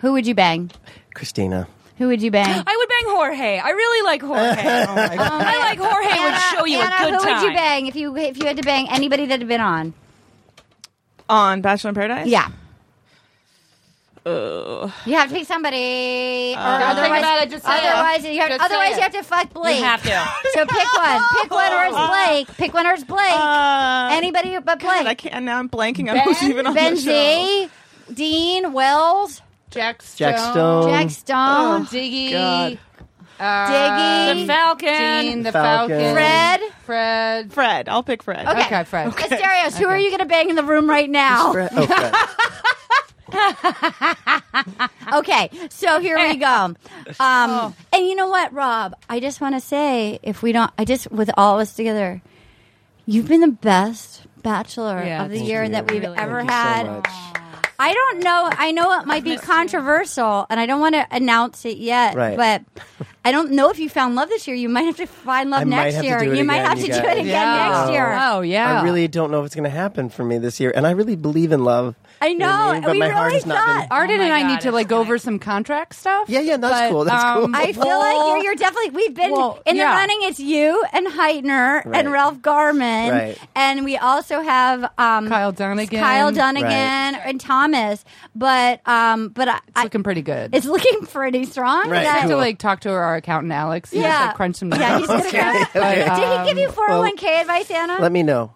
Who would you bang?
Christina.
Who would you bang?
I would bang Jorge. I really like Jorge.
(laughs)
Um, I like Jorge would show you
Anna,
a good
who
time.
would you bang if you if you had to bang anybody that had been on?
(laughs) on Bachelor in Paradise.
Yeah. You have to pick somebody, or otherwise,
about it, just say it.
otherwise you have
Just say
otherwise
it.
you have to fuck Blake.
You have to.
So pick one, pick one, or it's Blake. Pick one, or it's Blake.
Uh,
anybody but
God, I
Blake.
can't. Now I'm blanking. I'm not even on the show.
Benzie, Dean, Wells,
Jack Stone.
Jack
Oh.
Stone.
Jack Stone,
Diggy.
God.
Diggy,
The Falcon.
Dean, the
Falcon.
Falcon.
Fred.
Fred.
Fred. I'll pick Fred.
Okay.
Okay, Fred.
Asterios, who are you going to bang in the room right
(laughs)
now?
Fred- Oh, Fred.
Okay, so here we
(laughs)
go. Um,
Oh.
And you know what, Rob? I just want to say, if we don't, I just with all of us together, you've been the best bachelor
Yeah,
of the
thank
year
you.
that we've
Really.
ever
Thank you so
had.
much.
I don't know. I know it might be controversial, and I don't want to announce it yet.
Right.
But I don't know if you found love this year. You might have to find love
I might
next
have to
year.
do it
you might
again,
have to
you
do it
guys.
again
Yeah.
next year.
Oh, yeah.
I really don't know if it's going to happen for me this year, and I really believe in love.
I
You
know.
what I mean? But
we
my
really
heart has
thought.
not been.
Arden
Oh my
and I
God,
need to
it's
like go
gonna-
over some contract stuff.
Yeah, yeah, that's
But,
cool, that's cool.
um, I feel like you're, you're definitely we've been
Well,
in the
yeah.
running. It's you and Heitner and
Right.
Ralph Garman,
Right.
and we also have um,
Kyle Dunnigan.
Kyle Dunnigan,
Right.
and Thomas. But um, but I,
It's
I,
looking pretty good.
it's looking pretty strong.
Right.
I have
That,
to
cool.
like talk to our accountant Alex. He
Yeah.
has, like, crunch some numbers.
yeah, he's gonna
(laughs)
go. Did he give
Um,
you four hundred one k advice, Anna?
(laughs) Let me know.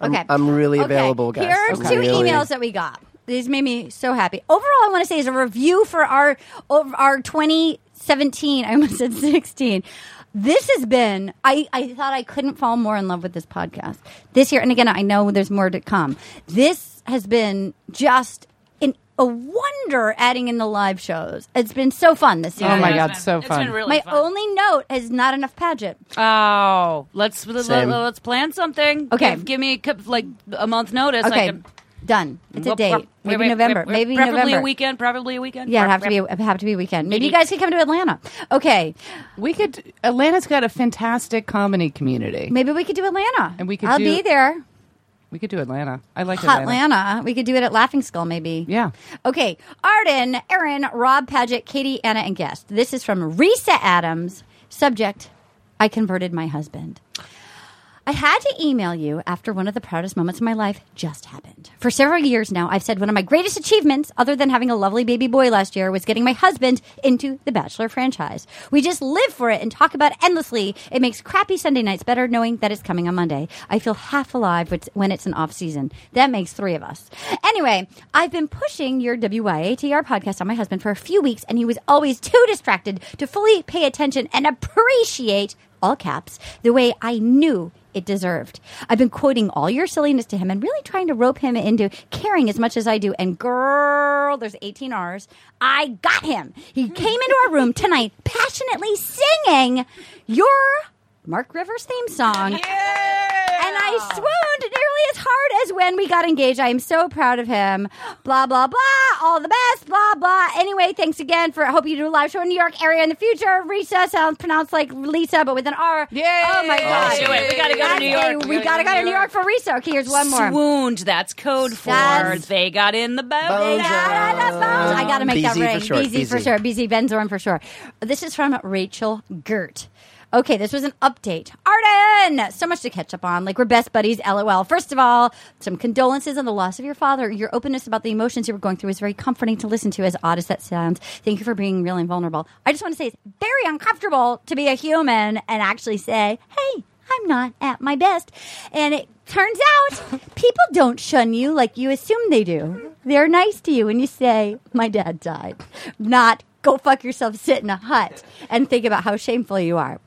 I'm,
Okay.
I'm really
Okay.
available, guys.
Here are
I'm
two
really-
emails that we got. These made me so happy. Overall, I want to say is a review for our over our 2017. I almost said 16. This has been. I I thought I couldn't fall more in love with this podcast this year. And again, I know there's more to come. This has been just an, a wonder. Adding in the live shows, it's been so fun this year.
Oh my
It's
God,
been-
so
It's
fun.
been really
My
fun.
only note is not enough pageant.
Oh, let's let,
Same.
us plan something.
Okay.
give, give me a, cou- like a month notice. I
Okay,
can-
done. It's a
Wait,
date.
wait,
Maybe
wait,
November.
wait, wait.
Maybe
preferably
November.
a weekend. Probably a weekend.
Yeah, it'd have to be it'd have to be weekend. Maybe you guys could come to Atlanta. Okay,
We could. Atlanta's got a fantastic comedy community.
maybe we could do Atlanta.
And we could
I'll
do-
be there.
We could do Atlanta. I like
Hot
Atlanta.
Atlanta. We could do it at Laughing Skull, maybe.
Yeah.
Okay. Arden, Aaron, Rob, Paget, Katie, Anna, and guest. This is from Risa Adams. Subject: I converted my husband. I had to email you after one of the proudest moments of my life just happened. For several years now, I've said one of my greatest achievements, other than having a lovely baby boy last year, was getting my husband into the Bachelor franchise. We just live for it and talk about it endlessly. It makes crappy Sunday nights better knowing that it's coming on Monday. I feel half alive with- when it's an off season. That makes three of us. Anyway, I've been pushing your WYATR podcast on my husband for a few weeks, and he was always too distracted to fully pay attention and appreciate all caps, the way I knew it deserved. I've been quoting all your silliness to him and really trying to rope him into caring as much as I do. And girl, there's 18 R's. I got him. He came into our room tonight passionately singing your Mark Rivers theme song. And I swooned nearly as hard as when we got engaged. I am so proud of him. Blah, blah, blah. All the best. Blah, blah. Anyway, thanks again for I hope you do a live show in New York area in the future. Risa sounds pronounced like Lisa, but with an R.
Yay!
Oh my gosh.
Awesome. Do it. We gotta go to
That's
New York.
a- we gotta go to New York for Risa. Okay, here's one more.
Swooned. That's code for
That's-
they got in the boat.
Bones
Ah,
are-
the phones. I got to make that
BZ for
ring.
short,
BZ, for
BZ.
sure. BZ Ben Zorin for sure. This is from Rachel Gert. Okay, this was an update. Arden, so much to catch up on. Like we're best buddies. LOL. First of all, some condolences on the loss of your father. Your openness about the emotions you were going through is very comforting to listen to. As odd as that sounds, thank you for being real and vulnerable. I just want to say it's very uncomfortable to be a human and actually say, "Hey, I'm not at my best," and it Turns out people don't shun you like you assume they do. They're nice to you when you say, My dad died. Not go fuck yourself, sit in a hut and think about how shameful you are.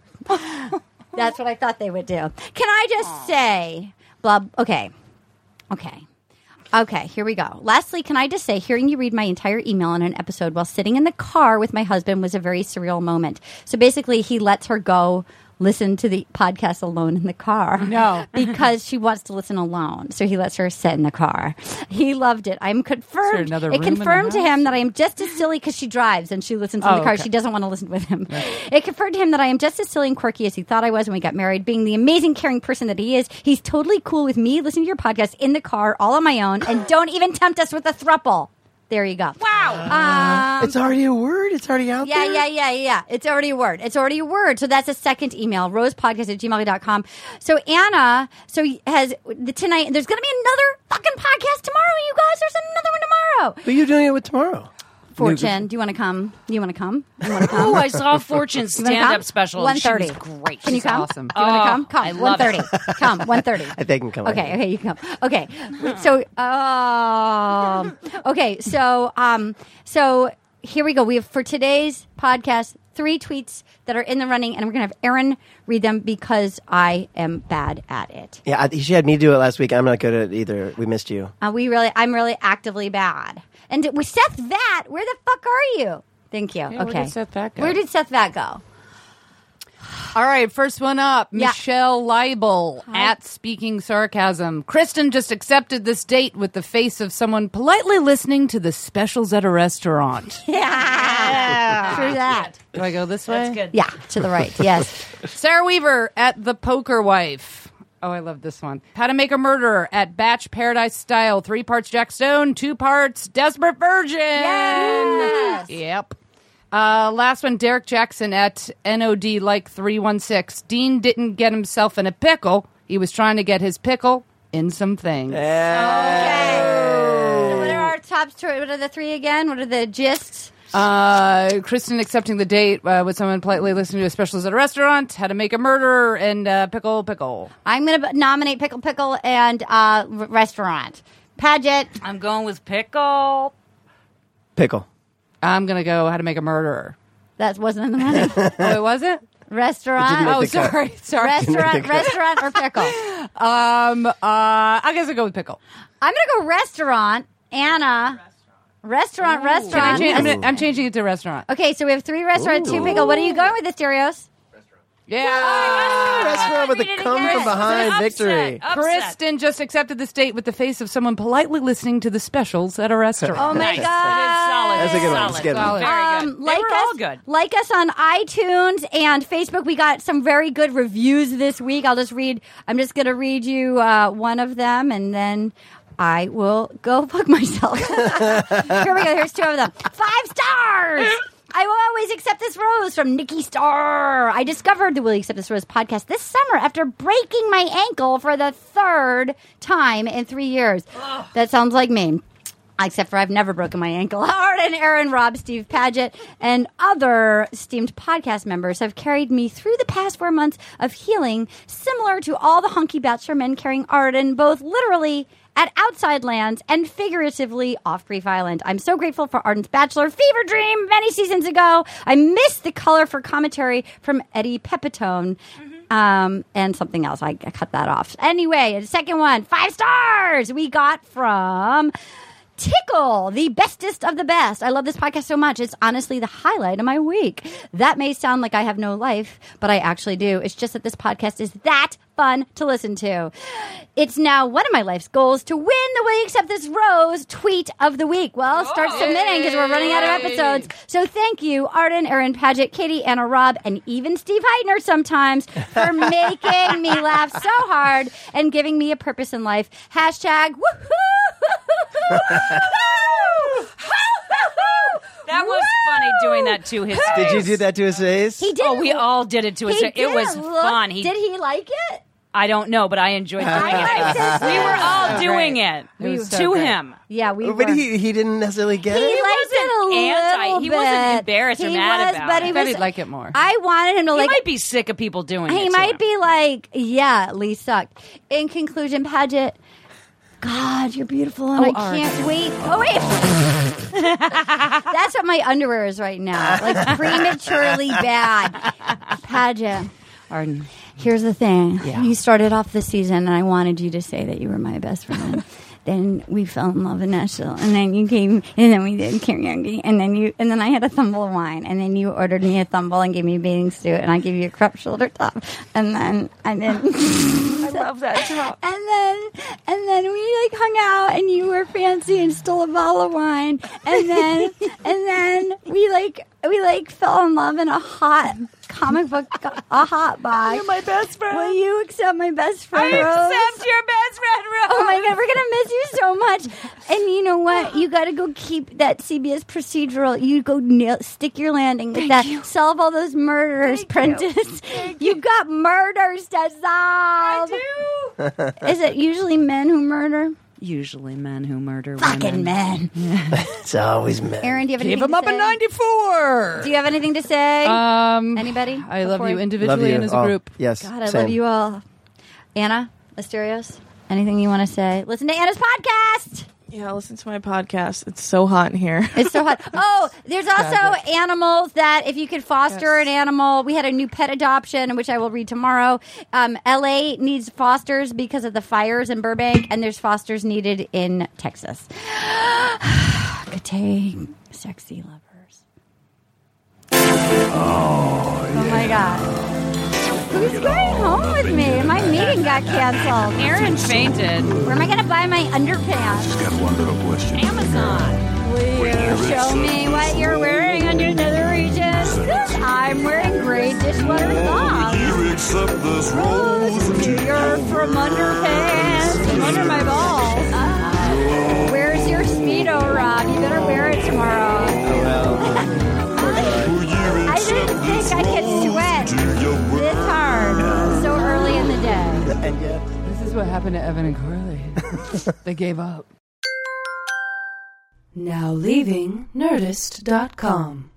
That's what I thought they would do. Can I just say, blah, okay, okay. Okay, here we go. Lastly, can I just say, hearing you read my entire email in an episode while sitting in the car with my husband was a very surreal moment. So basically, he lets her go listen to the podcast alone in the car.
No.
(laughs) because she wants to listen alone. So he lets her sit in the car. He loved it. I'm confirmed.
another
it
room in the
confirmed to
house?
him that I am just as silly because she drives and she listens in the
Oh,
car.
okay.
She doesn't want to listen with him. It confirmed to him that I am just as silly and quirky as he thought I was when we got married. Being the amazing, caring person that he is, he's totally cool with me listening to your podcast in the car all on my own (gasps) and don't even tempt us with a thruple. There you go. Wow. Um,
It's already a word. It's already out
yeah,
there.
yeah, yeah, yeah. It's already a word. It's already a word. So that's a second email, rosepodcast at gmail.com. So Anna, so has the tonight, there's going to be another fucking podcast tomorrow, you guys. There's another one tomorrow.
Who are you doing it with tomorrow?
Fortune, do you want to come? Do you want to come? Do you (laughs) want to come?
Oh, I saw Fortune's
You wanna
stand
come?
up special. and she
1:30.
was great.
Can you
She's
come?
awesome.
Do you want to
Oh,
come? Come.
I love it.
1:30. Come. 1.30.
I think I can come.
Okay, okay, you can come. Okay. So um okay, so um so here we go. We have for today's podcast three tweets that are in the running and we're gonna have Aaron read them because I am bad at it.
Yeah, I, she had me do it last week. I'm not good at it either. We missed you.
Uh, we really I'm really actively bad. And with Seth Vat, where the fuck are you? Thank you. okay.
where did Seth Vat go?
Where did Seth Vat
(laughs)
go?
All right, first one up
Yeah.
Michelle Leibel at Speaking Sarcasm. Kristen just accepted this date with the face of someone politely listening to the specials at a restaurant.
Yeah. True that.
Do I go this way? That's good.
Yeah, to the right. Yes.
Sarah Weaver at The Poker Wife. Oh, I love this one. How to Make a Murderer at Batch Paradise Style. Three parts Jack Stone, two parts Desperate Virgin.
Yes.
Yep. Uh, last one, Derek Jackson at NOD like 316. Dean didn't get himself in a pickle. He was trying to get his pickle in some things.
Oh. Okay. So what are our top three? What are the three again? What are the gists?
Uh, Kristen accepting the date uh, with someone politely listening to a specials at a restaurant, How to Make a Murderer, and uh, Pickle Pickle.
I'm going to nominate Pickle Pickle and uh, r- Restaurant. Paget.
I'm going with pickle.
Pickle.
I'm going to go How to Make a Murderer.
That wasn't in the
(laughs)
money.
Oh, it wasn't?
restaurant.
Oh,
the cut.
sorry, (laughs) sorry.
Restaurant, restaurant, or pickle?
Um, uh, I guess I go with pickle.
I'm gonna go restaurant. Anna, restaurant,
I
restaurant.
change, I'm, gonna, I'm changing it to restaurant.
Okay, so we have three restaurant, two pickle. What are you going with, Asterios?
Yeah.
Ah,
Restaurant with
read
a
it
come
again.
from behind victory.
Oh.
Kristen just accepted this date with the face of someone politely listening to the specials at a restaurant.
Oh my
Nice.
god!
It is solid.
That's a good one.
Solid.
That's a good one.
Solid. Very good.
Um, like
they were
us,
all good.
Like us on iTunes and Facebook. We got some very good reviews this week. I'll just read. I'm just going to read you uh, one of them, and then I will go (laughs) fuck myself. Here we go. Here's two of them. Five stars. I will always accept this rose from Nikki Star. I discovered the Will You Accept This Rose podcast this summer after breaking my ankle for the third time in three years. That sounds like me. Except for I've never broken my ankle. (laughs) Howard and Aaron, Rob, Steve Paget, and other esteemed podcast members have carried me through the past four months of healing, similar to all the hunky bachelor men carrying Arden, both literally at outside lands and figuratively off Brief Island. I'm so grateful for Arden's Bachelor Fever Dream many seasons ago. I missed the color for commentary from Eddie Pepitone um, and something else. I, I cut that off. Anyway, the second one, five stars we got from Tickle, the bestest of the best. I love this podcast so much. It's honestly the highlight of my week. That may sound like I have no life, but I actually do. It's just that this podcast is that fun to listen to. It's now one of my life's goals to win the We Accept This Rose tweet of the week. Well, start submitting because we're running out of episodes. So thank you, Arden, Erin Paget, Katie, Anna, Rob, and even Steve Heitner sometimes for making me laugh so hard and giving me a purpose in life. Hashtag woohoo!
That was funny doing that to his
Did you
face.
do that to his face?
He did.
Oh, we all did it to his
He
face. It was
didn't look-
fun. He,
did he like it?
I don't know, but I enjoyed doing
I
it.
said
We were
yes.
all doing it,
It was so
to
great.
him.
Yeah, we.
but
were.
he, he didn't necessarily get
he liked it
it.
a
wasn't anti-
little
he
bit.
wasn't embarrassed or
He
mad
was,
about
but
it.
He
I
bet
was,
he'd like it more.
I wanted him to like.
he might be sick of people doing it.
he
to
might
him.
be like, yeah, Lee sucked. In conclusion, Paget, God, you're beautiful, and I can't wait. Oh wait, (laughs) that's what my underwear is right now,
(laughs)
like prematurely bad. Paget,
Arden.
here's the thing: you started off the season, and I wanted you to say that you were my best
(laughs)
friend. Then we fell in love in Nashville, and then you came, and then we did karaoke, and then you, and then I had a thimble of wine, and then you ordered me a thimble and gave me a bathing suit, and I gave you a crop shoulder top, and then and then
(laughs) I love that top.
(laughs) and then and then we like hung out and you were fancy and stole a bottle of wine and
(laughs)
then and then we like we like fell in love in a hot comic book a hot box. You're my best friend. Will you accept my best friend? Rose?
Except your best friend, Rose.
Oh my god, we're gonna miss you so much. And you know what? You gotta go keep that CBS procedural. You go nail, stick your landing with that. Solve all those murders, Prentice. (laughs) You. got murders to solve. (laughs) Is it usually men who murder?
Usually men who murder
Fucking
women.
men.
It's always men.
Aaron, do you have anything
Give him
to
up a
say?
94.
Do you have anything to say?
Um,
Anybody?
I love
Before
you Oh.
I-
Love
individually
you.
and as a
all.
group.
Yes.
God, I
same.
love you all. Anna, Asterios, anything you want to say? Listen to Anna's podcast.
Yeah, listen to my podcast. It's so hot in here. (laughs)
(laughs) It's so hot. Oh, there's also animals that if you could foster an animal. We had a new pet adoption, which I will read tomorrow. Um, LA needs fosters because of the fires in Burbank, and there's fosters needed in Texas. (sighs) Good day, sexy lovers. Oh, my God. Who's going home with me? My meeting got canceled.
Aaron fainted.
Where am I going to buy my underpants?
Got one little question.
Amazon.
Will you show me what you're wearing under the region? I'm wearing gray dishwater socks.
You accept this rose
Rose, You're from underpants, from under my balls. Ah. Where's your Speedo, Rob? You better wear it tomorrow.
Will you
I
accept
didn't think I could sweat
do your
this hard so early in the day.
And yet-
This is what happened to Evan and Carly.
(laughs)
they gave up.
Now leaving Nerdist.com.